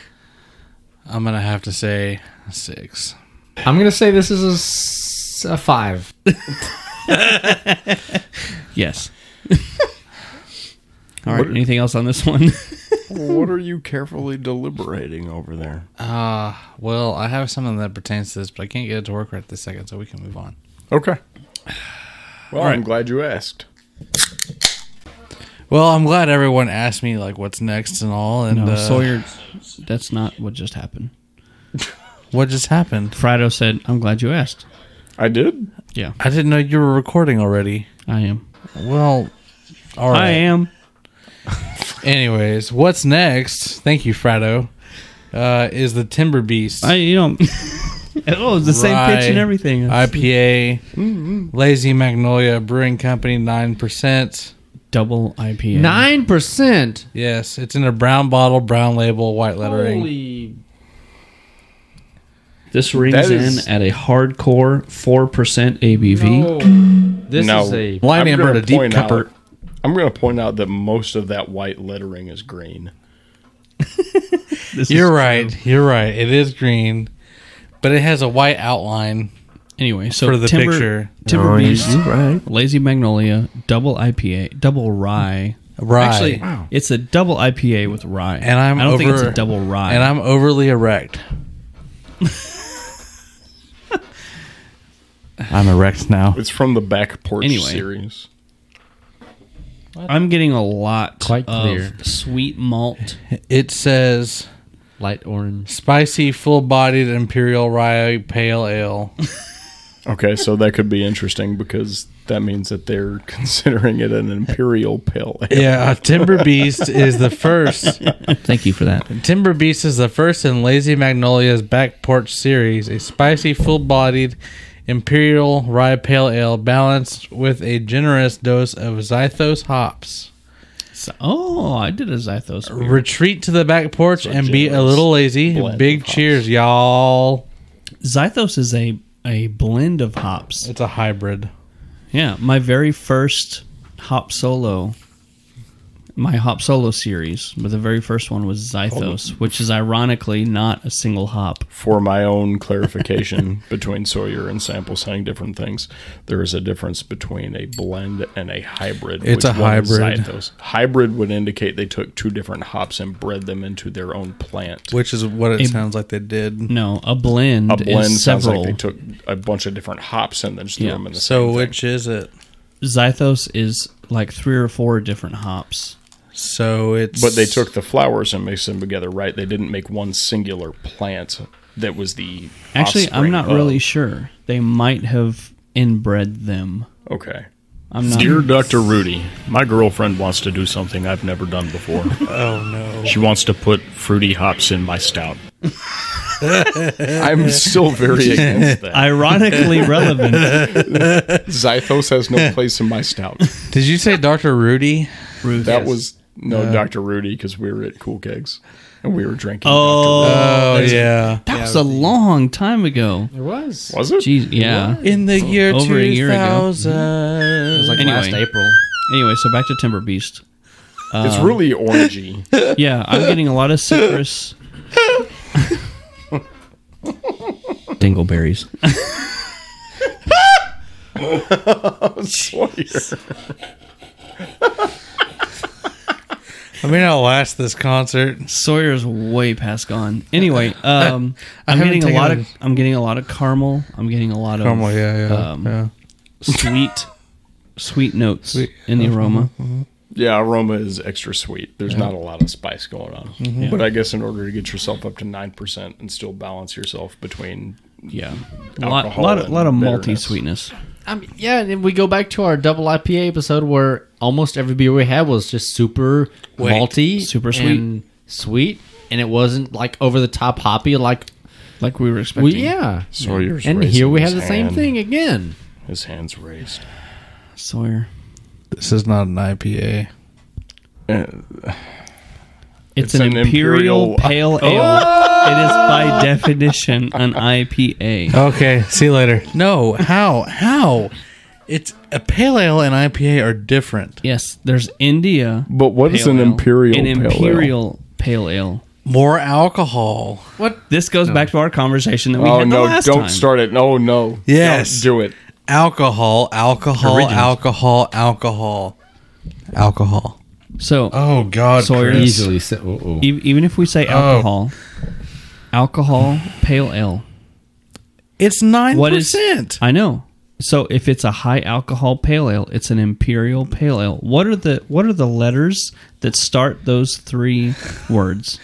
Speaker 3: [laughs] I'm gonna have to say six.
Speaker 5: I'm going to say this is a s- a, five.
Speaker 3: [laughs]
Speaker 1: yes. All right.
Speaker 2: What-
Speaker 1: anything else on this
Speaker 3: [laughs]
Speaker 1: one?
Speaker 2: what are you carefully deliberating over there?
Speaker 3: Uh, well, I have something that pertains to this, but I can't get it to work right this second, so we can move on.
Speaker 2: Okay. Well,
Speaker 3: All right.
Speaker 2: I'm glad you asked.
Speaker 3: Well, I'm glad everyone asked me like what's next and all. And
Speaker 1: no,
Speaker 3: uh,
Speaker 1: Sawyer, that's not what just happened.
Speaker 3: what just happened?
Speaker 1: Frido said, "I'm glad you asked."
Speaker 2: I did.
Speaker 1: Yeah,
Speaker 3: I didn't know you were recording already.
Speaker 1: I am.
Speaker 3: Well, all right.
Speaker 1: I am.
Speaker 3: Anyways, what's next? Thank you, Frado. Uh, is the Timber Beast.
Speaker 1: I you know. [laughs] oh, it's the same pitch and everything.
Speaker 3: IPA,
Speaker 1: Mm,
Speaker 3: Lazy Magnolia Brewing Company, nine percent.
Speaker 1: Double IPA.
Speaker 5: Nine percent.
Speaker 3: Yes, it's in a brown bottle, brown label, white lettering.
Speaker 5: Holy.
Speaker 1: This rings
Speaker 3: That is-
Speaker 1: in at a hardcore four percent ABV.
Speaker 5: This
Speaker 2: No.
Speaker 5: is a
Speaker 3: Blind
Speaker 2: I'm
Speaker 3: Amber
Speaker 2: gonna
Speaker 3: to Deep
Speaker 2: point
Speaker 3: Cupper.
Speaker 2: Out, I'm going to point out that most of that white lettering is green.
Speaker 3: You're right. You're right. It is green, but it has a white outline.
Speaker 1: Anyway, so
Speaker 3: for the
Speaker 1: timber,
Speaker 3: picture,
Speaker 1: Timber
Speaker 3: Nice.
Speaker 1: Beast, Lazy Magnolia, double IPA, double rye.
Speaker 3: Rye.
Speaker 1: Actually,
Speaker 3: Wow.
Speaker 1: it's a double IPA with rye.
Speaker 3: and I'm
Speaker 1: I don't
Speaker 3: over,
Speaker 1: think it's a double rye.
Speaker 3: and I'm overly erect. I'm erect now.
Speaker 2: It's from the Back Porch
Speaker 1: Anyway.
Speaker 2: series.
Speaker 1: I'm getting a lot
Speaker 5: Quite
Speaker 1: of
Speaker 5: clear.
Speaker 1: sweet malt.
Speaker 3: It says
Speaker 5: light orange.
Speaker 3: spicy, full-bodied imperial rye pale ale.
Speaker 2: Okay, so that could be interesting because that means that they're [laughs] considering it an imperial pale ale.
Speaker 3: yeah, uh, Timber Beast is the first.
Speaker 1: Thank you for that.
Speaker 3: Timber Beast is the first in Lazy Magnolia's Back Porch series, a spicy, full bodied Imperial Rye Pale Ale balanced with a generous dose of Zythos hops.
Speaker 1: So- oh, I did a Zythos. beer.
Speaker 3: Retreat to the back porch and be a
Speaker 2: generous
Speaker 3: little lazy.
Speaker 2: blend
Speaker 3: Big
Speaker 2: of hops.
Speaker 3: cheers, y'all.
Speaker 1: Zythos is a a blend of hops.
Speaker 3: It's a hybrid.
Speaker 1: Yeah, my very first hop solo, my hop solo series, but the very first one was Zythos,
Speaker 3: Oh.
Speaker 1: which is ironically not a single hop.
Speaker 2: For my
Speaker 1: [laughs]
Speaker 2: own clarification between Sawyer and Sample saying different things, there is a difference between a blend and a hybrid.
Speaker 3: It's
Speaker 2: which
Speaker 3: a
Speaker 2: one is
Speaker 3: hybrid.
Speaker 2: Zythos. Hybrid would indicate they took two different hops and bred them into their own plant.
Speaker 3: Which is what it
Speaker 1: A-
Speaker 3: sounds like they did.
Speaker 1: No, a blend.
Speaker 2: A blend
Speaker 1: is
Speaker 2: sounds
Speaker 1: several.
Speaker 2: like they took a bunch of different hops and then just threw
Speaker 1: Yeah.
Speaker 2: them in the same
Speaker 3: So
Speaker 2: thing.
Speaker 3: which is it?
Speaker 1: Zythos is like three or four different hops.
Speaker 3: So it's
Speaker 2: But they took the flowers and mixed them together, right? They didn't make one singular plant that was the.
Speaker 1: Actually, I'm
Speaker 2: offspring
Speaker 1: not
Speaker 2: of-
Speaker 1: really sure. They might have inbred them.
Speaker 2: Okay.
Speaker 1: I'm not.
Speaker 2: Dear Dr. Rudy, my girlfriend wants to do something I've never done before.
Speaker 3: Oh no.
Speaker 2: she wants to put fruity hops in my stout. [laughs] I'm still very against that.
Speaker 1: Ironically relevant,
Speaker 2: Zythos has no place in my stout.
Speaker 3: Did you say Dr. Rudy?
Speaker 1: Ruth.
Speaker 2: That was no Dr. Rudy because we were at Cool Kegs and we were drinking.
Speaker 1: Oh,
Speaker 3: Oh yeah.
Speaker 1: that was a long time ago.
Speaker 5: It was.
Speaker 2: Dr. Was it?
Speaker 1: Jeez, yeah.
Speaker 3: In the year
Speaker 1: Over a year ago.
Speaker 3: 2000.
Speaker 5: It was like
Speaker 1: Anyway.
Speaker 5: last April.
Speaker 1: Anyway, so back to Timber Beast.
Speaker 2: it's really orangey.
Speaker 1: Yeah, I'm getting a lot of citrus. Dingleberries.
Speaker 2: Sawyer.
Speaker 3: I may not last this concert.
Speaker 1: Sawyer's way past gone. Anyway, um,
Speaker 3: I
Speaker 1: I'm
Speaker 3: haven't
Speaker 1: getting a
Speaker 3: taken
Speaker 1: lot
Speaker 3: a-
Speaker 1: of I'm getting a lot of caramel. I'm getting a lot of
Speaker 3: Caramel, yeah, yeah,
Speaker 1: Um,
Speaker 3: yeah.
Speaker 1: sweet sweet notes in the
Speaker 2: Mhm,
Speaker 1: aroma.
Speaker 2: Yeah, aroma is extra sweet. There's
Speaker 1: Yeah.
Speaker 2: not a lot of spice going on.
Speaker 1: Mhm.
Speaker 2: But I guess in order to get yourself up to 9% and still balance yourself between
Speaker 1: yeah,
Speaker 2: a
Speaker 1: A lot, lot, of- lot of malty sweetness.
Speaker 5: I mean, Um, yeah, and then we go back to our double IPA episode where almost every beer we had was just super
Speaker 1: Wait,
Speaker 5: malty,
Speaker 1: super
Speaker 5: and sweet, and it wasn't like over the top hoppy like
Speaker 1: like we were
Speaker 5: expecting. yeah,
Speaker 2: Sawyer's
Speaker 5: and
Speaker 2: raising
Speaker 5: here we have
Speaker 2: his
Speaker 5: the same
Speaker 2: hand.
Speaker 5: thing again.
Speaker 2: His hands raised.
Speaker 1: Sawyer.
Speaker 3: This is not an IPA.
Speaker 1: It's, an, imperial,
Speaker 2: [laughs]
Speaker 1: pale
Speaker 2: Oh!
Speaker 1: ale. It is by definition an IPA.
Speaker 3: Okay, see you later. No, how? How? It's a pale ale and IPA are different.
Speaker 1: Yes, there's India.
Speaker 2: But what is an imperial
Speaker 1: An
Speaker 2: pale ale?
Speaker 1: imperial pale ale.
Speaker 3: More alcohol.
Speaker 5: What?
Speaker 1: This goes back to our conversation that we
Speaker 2: Oh
Speaker 1: had the
Speaker 2: no,
Speaker 1: last
Speaker 2: don't
Speaker 1: time.
Speaker 2: start it. No, no.
Speaker 3: Yes.
Speaker 2: Don't do it.
Speaker 3: Alcohol, alcohol,
Speaker 2: Originals.
Speaker 3: alcohol, alcohol, alcohol.
Speaker 1: So,
Speaker 3: oh god,
Speaker 1: Sawyer,
Speaker 3: easily.
Speaker 1: E- even if we say
Speaker 3: Oh.
Speaker 1: alcohol, alcohol pale ale.
Speaker 3: It's nine
Speaker 1: What is
Speaker 3: percent.
Speaker 1: I know. So if it's a high alcohol pale ale, it's an imperial pale ale. What are the what are the letters that start those three words?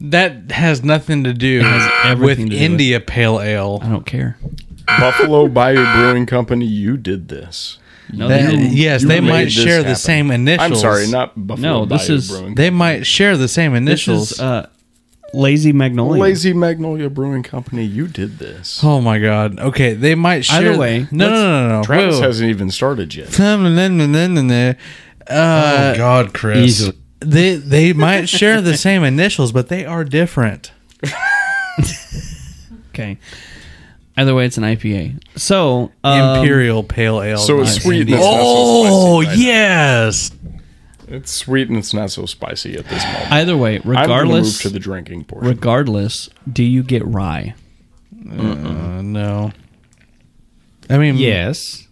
Speaker 3: That has nothing to do with
Speaker 1: everything to do with-
Speaker 3: India pale ale.
Speaker 1: I don't care.
Speaker 2: Buffalo Bayou Brewing Company, you did this.
Speaker 1: No, they
Speaker 2: You-
Speaker 1: didn't.
Speaker 3: yes,
Speaker 2: you
Speaker 3: they
Speaker 2: made
Speaker 3: might
Speaker 2: this
Speaker 3: share
Speaker 2: happen.
Speaker 3: the same initials.
Speaker 2: I'm sorry, not
Speaker 1: No,
Speaker 2: Buffalo
Speaker 1: this
Speaker 2: Bayou
Speaker 1: is-
Speaker 2: Brewing.
Speaker 3: They might share the same initials.
Speaker 1: This is uh, lazy magnolia.
Speaker 2: Lazy Magnolia Brewing Company, you did this.
Speaker 3: oh my god. Okay, they might share.
Speaker 1: Either way,
Speaker 3: no, no,
Speaker 1: let's-
Speaker 3: no, no, no.
Speaker 2: Travis
Speaker 3: Whoa.
Speaker 2: hasn't even started yet.
Speaker 3: Uh, oh
Speaker 16: God, Chris. Easily.
Speaker 3: They they might share the same initials, but they are different.
Speaker 1: Okay. Either way, it's an IPA. So um,
Speaker 3: Imperial pale ale.
Speaker 2: So it's
Speaker 3: not
Speaker 2: sweet.
Speaker 3: India.
Speaker 2: That's not so
Speaker 3: Oh
Speaker 2: spicy right now.
Speaker 3: yes.
Speaker 2: It's sweet and it's not so spicy at this moment.
Speaker 1: Either way,
Speaker 2: gonna
Speaker 1: regardless
Speaker 2: move to the drinking portion.
Speaker 1: Regardless, do you get rye?
Speaker 3: Uh, no. I mean,
Speaker 5: Yes,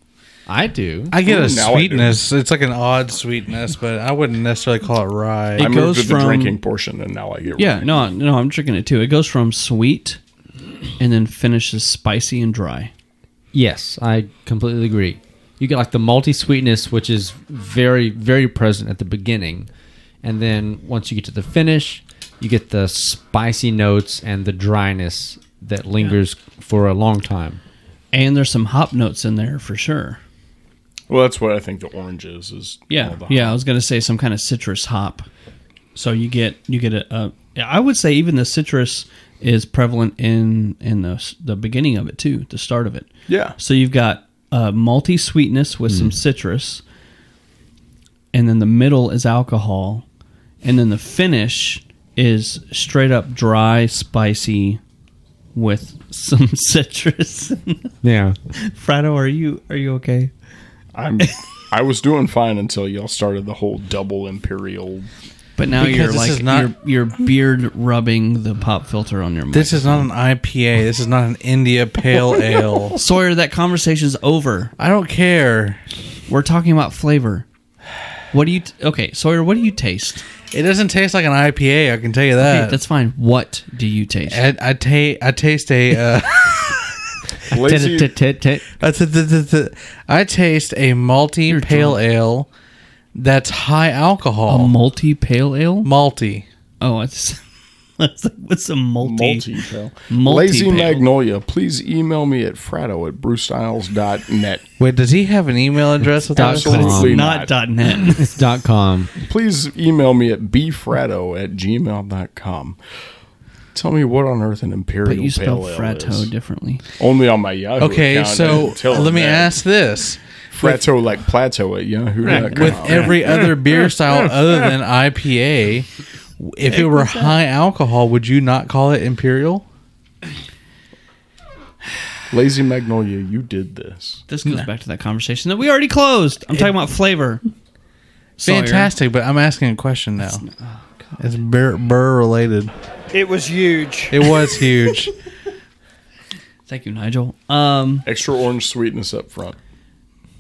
Speaker 5: I do.
Speaker 3: I get
Speaker 2: Ooh,
Speaker 3: a
Speaker 2: now I do.
Speaker 3: sweetness. It's like an odd sweetness, but I wouldn't necessarily call it rye.
Speaker 1: It
Speaker 2: I moved
Speaker 1: goes
Speaker 2: to the
Speaker 1: from-
Speaker 2: drinking portion and now I get
Speaker 1: Yeah,
Speaker 2: right.
Speaker 1: no, no, I'm drinking it too. It goes from sweet and then finishes spicy and dry.
Speaker 5: Yes, I completely agree. You get like the malty sweetness, which is very, very present at the beginning. And then once you get to the finish, you get the spicy notes and the dryness that lingers for a long time.
Speaker 1: And there's some hop notes in there for sure.
Speaker 2: Well, that's what I think the orange is. is all
Speaker 1: Yeah,
Speaker 2: the
Speaker 1: yeah. I was gonna say some kind of citrus hop. So you get you get a, a. I would say even the citrus is prevalent in in the s- the beginning of it too, the start of it.
Speaker 2: Yeah. Hmm.
Speaker 1: So you've got uh, malty sweetness with some citrus, and then the middle is alcohol, and then the finish is straight up dry, spicy, with [laughs] some citrus.
Speaker 5: Yeah.
Speaker 1: Frado, are you are you okay?
Speaker 2: I'm. I was doing fine until y'all started the whole double imperial.
Speaker 1: But now
Speaker 3: Because
Speaker 1: you're
Speaker 3: this
Speaker 1: like
Speaker 3: is not-
Speaker 1: you're, you're beard rubbing the pop filter on your mouth.
Speaker 3: This is not an IPA. This is not an India pale ale.
Speaker 1: Sawyer, that conversation's over.
Speaker 3: I don't care.
Speaker 1: We're talking about flavor. What do you t- okay, Sawyer? What do you taste?
Speaker 3: It doesn't taste like an IPA. I can tell you
Speaker 1: Okay,
Speaker 3: that.
Speaker 1: that's fine. What do you taste?
Speaker 3: I, I, ta- I taste a. Uh, [laughs]
Speaker 2: Lazy,
Speaker 3: I th- th- th- th- I taste a malty pale ale that's high
Speaker 1: A
Speaker 3: alcohol.
Speaker 1: multi pale ale?
Speaker 3: malty.
Speaker 1: Oh, it's [laughs] that's like, what's a multi?
Speaker 2: multi pale.
Speaker 1: Multi
Speaker 2: Lazy
Speaker 1: pale.
Speaker 2: Magnolia. Please email me at fratto at brewstyles.net.
Speaker 3: Wait, does he have an email address with
Speaker 5: Dot
Speaker 3: us?
Speaker 5: com.
Speaker 2: Absolutely
Speaker 1: Uh, Not
Speaker 2: not.
Speaker 1: dot
Speaker 2: [laughs]
Speaker 1: net.
Speaker 5: It's dot com.
Speaker 2: Please email me at bfratto at gmail.com. Tell me what on earth an imperial
Speaker 1: but you spell
Speaker 2: pale ale
Speaker 1: fratto
Speaker 2: is.
Speaker 1: differently.
Speaker 2: Only on my Yahoo.
Speaker 3: Okay,
Speaker 2: account.
Speaker 3: so
Speaker 2: Until
Speaker 3: let me
Speaker 2: then.
Speaker 3: ask this.
Speaker 2: fratto like plateau at Yahoo. dot com.
Speaker 3: With every other beer style other than IPA, if it were high alcohol, would you not call it imperial?
Speaker 2: Lazy Magnolia, you did this.
Speaker 1: This goes back to that conversation that we already closed. I'm talking about flavor. Sawyer.
Speaker 3: Fantastic, but I'm asking a question now. It's beer, beer related.
Speaker 17: It was huge.
Speaker 3: It was huge.
Speaker 2: [laughs]
Speaker 1: Thank you, Nigel. Um,
Speaker 2: Extra orange sweetness up front.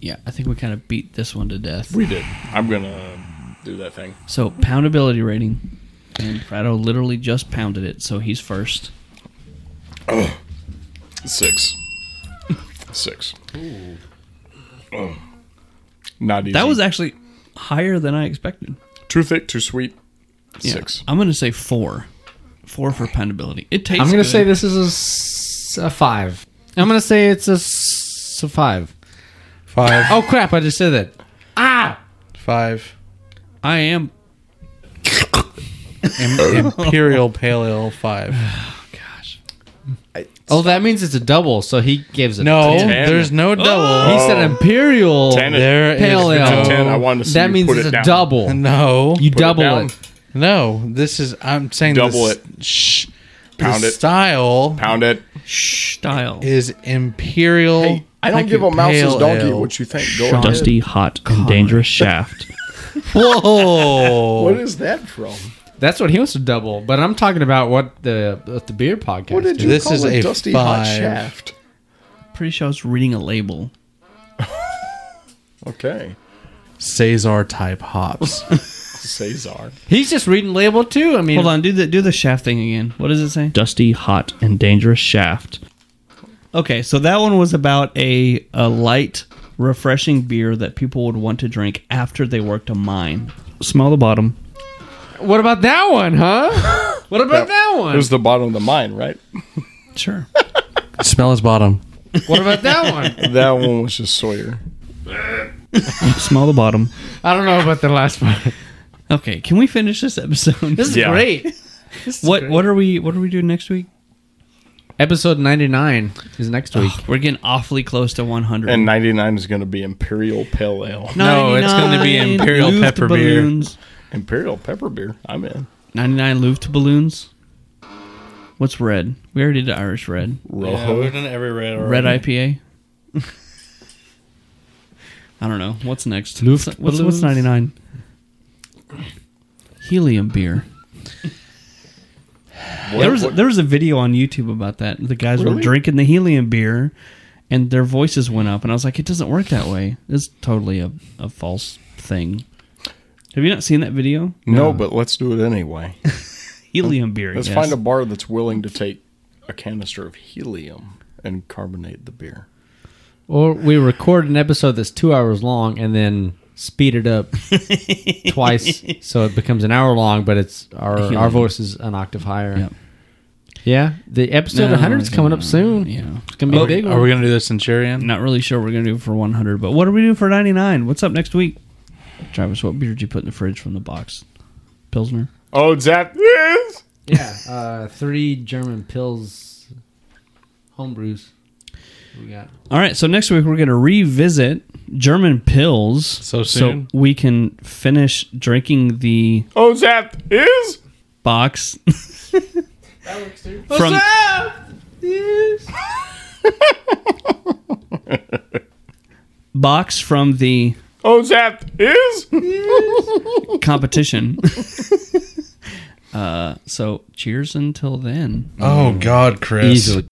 Speaker 1: yeah, I think we kind of beat this one to death.
Speaker 2: We did. I'm gonna do that thing.
Speaker 1: So poundability rating, and Prado literally just pounded it, so he's first.
Speaker 2: Six. Six. Oh. Not easy.
Speaker 1: That was actually higher than I expected.
Speaker 2: too thick, too sweet.
Speaker 1: Yeah.
Speaker 2: Six.
Speaker 1: I'm gonna say four, four for poundability. It tastes.
Speaker 5: I'm gonna
Speaker 1: good.
Speaker 5: say this is a s- a, five. I'm gonna say it's a, s- a five.
Speaker 3: Five.
Speaker 5: Oh crap! I just said that. Ah.
Speaker 3: Five.
Speaker 1: I am
Speaker 3: Imperial Pale Ale five.
Speaker 5: Oh, that means it's a double. So he gives it.
Speaker 3: No,
Speaker 5: a ten. Oh!
Speaker 3: there's no double.
Speaker 5: He said imperial
Speaker 3: Ten. There is
Speaker 5: pale
Speaker 3: no-
Speaker 5: ale.
Speaker 3: Ten. I wanted to see
Speaker 5: that
Speaker 3: you
Speaker 5: means
Speaker 3: put
Speaker 5: it's
Speaker 3: it
Speaker 5: a
Speaker 3: down.
Speaker 5: double.
Speaker 3: No,
Speaker 5: you double it.
Speaker 3: No, this is. I'm saying
Speaker 2: Double
Speaker 3: this,
Speaker 2: it.
Speaker 3: Shh.
Speaker 2: Pound
Speaker 3: the
Speaker 2: it.
Speaker 3: Style
Speaker 2: Pound it.
Speaker 1: style.
Speaker 3: is imperial.
Speaker 2: Hey, I don't give a
Speaker 3: fucking
Speaker 2: mouse's
Speaker 3: pale
Speaker 2: donkey
Speaker 3: ale.
Speaker 2: what you think. Go ahead.
Speaker 1: dusty, hot, and dangerous shaft.
Speaker 3: Whoa!
Speaker 2: What is that from?
Speaker 5: That's what he wants to double. But I'm talking about what the what the beer podcast.
Speaker 2: What did you
Speaker 3: This
Speaker 2: call
Speaker 3: is
Speaker 2: a,
Speaker 3: a
Speaker 2: dusty hot
Speaker 3: five.
Speaker 2: shaft?
Speaker 1: Pretty sure I was reading a label.
Speaker 2: Okay.
Speaker 3: Cesar type hops.
Speaker 2: Cesar.
Speaker 5: He's just reading label too. I mean,
Speaker 1: Hold on, do the do the shaft thing again. What does it say? Dusty, hot, and dangerous shaft. Okay, so that one was about a a light, refreshing beer that people would want to drink after they worked a mine. Smell the bottom.
Speaker 5: What about that one,
Speaker 2: [laughs]
Speaker 5: huh? What about that, one?
Speaker 2: It was the bottom of the mine, right?
Speaker 1: Sure.
Speaker 3: Smell his bottom.
Speaker 5: what about that one?
Speaker 2: That one was just Sawyer.
Speaker 1: Smell the bottom.
Speaker 5: I don't know about the last one.
Speaker 1: Okay, can we finish this episode?
Speaker 5: This is
Speaker 2: Yeah.
Speaker 5: great. This is
Speaker 1: what
Speaker 5: great.
Speaker 1: what are we what are we doing next week?
Speaker 5: Episode 99 is next week.
Speaker 1: We're getting awfully close to 100.
Speaker 2: And 99 is going to be Imperial Pale Ale.
Speaker 3: No, it's gonna be
Speaker 1: 99
Speaker 3: Imperial
Speaker 1: Luft
Speaker 3: Pepper beer.
Speaker 1: balloons.
Speaker 2: Imperial Pepper Beer. I'm in.
Speaker 1: 99 Luft balloons. What's red? We already did Irish red.
Speaker 2: Rojo.
Speaker 3: done every red.
Speaker 1: Red IPA. [laughs] I don't know. What's next?
Speaker 5: Luft
Speaker 1: What's- what's,
Speaker 5: balloons?
Speaker 1: 99? Helium beer.
Speaker 2: What-
Speaker 1: there was
Speaker 2: what-
Speaker 1: there was a video on YouTube about that. The guys were
Speaker 2: Really?
Speaker 1: drinking the helium beer, and their voices went up. And I was like, it doesn't work that way. It's totally a, a false thing. Have you not seen that video?
Speaker 2: no, but let's do it anyway.
Speaker 1: Helium beer.
Speaker 2: Let's
Speaker 1: yes.
Speaker 2: find a bar that's willing to take a canister of helium and carbonate the beer.
Speaker 5: Or we record an episode that's two hours long and then speed it up twice so it becomes an hour long, but it's our, our
Speaker 1: Helium.
Speaker 5: voice is an octave higher.
Speaker 1: Yep.
Speaker 5: Yeah. The episode
Speaker 1: No,
Speaker 5: 100 is coming up
Speaker 1: yeah,
Speaker 5: soon.
Speaker 1: yeah.
Speaker 5: It's going to be a big one.
Speaker 3: Are we gonna do the Centurion?
Speaker 1: Not really sure what we're gonna do for 100, but what are we doing for 99? What's up next week, Travis? What beer did you put in the fridge from the box? Pilsner.
Speaker 2: Oh, that is.
Speaker 5: yeah. Uh, three German pills, homebrews. We got.
Speaker 1: All right, so next week we're going to revisit German pills.
Speaker 3: So soon?
Speaker 1: So we can finish drinking the
Speaker 2: Oh, that is. [laughs]
Speaker 1: box. that works too. From, [laughs] box from the
Speaker 2: Oh, that is.
Speaker 1: [laughs] competition. [laughs] uh, so cheers until then.
Speaker 3: Oh God, Chris.
Speaker 5: Easily.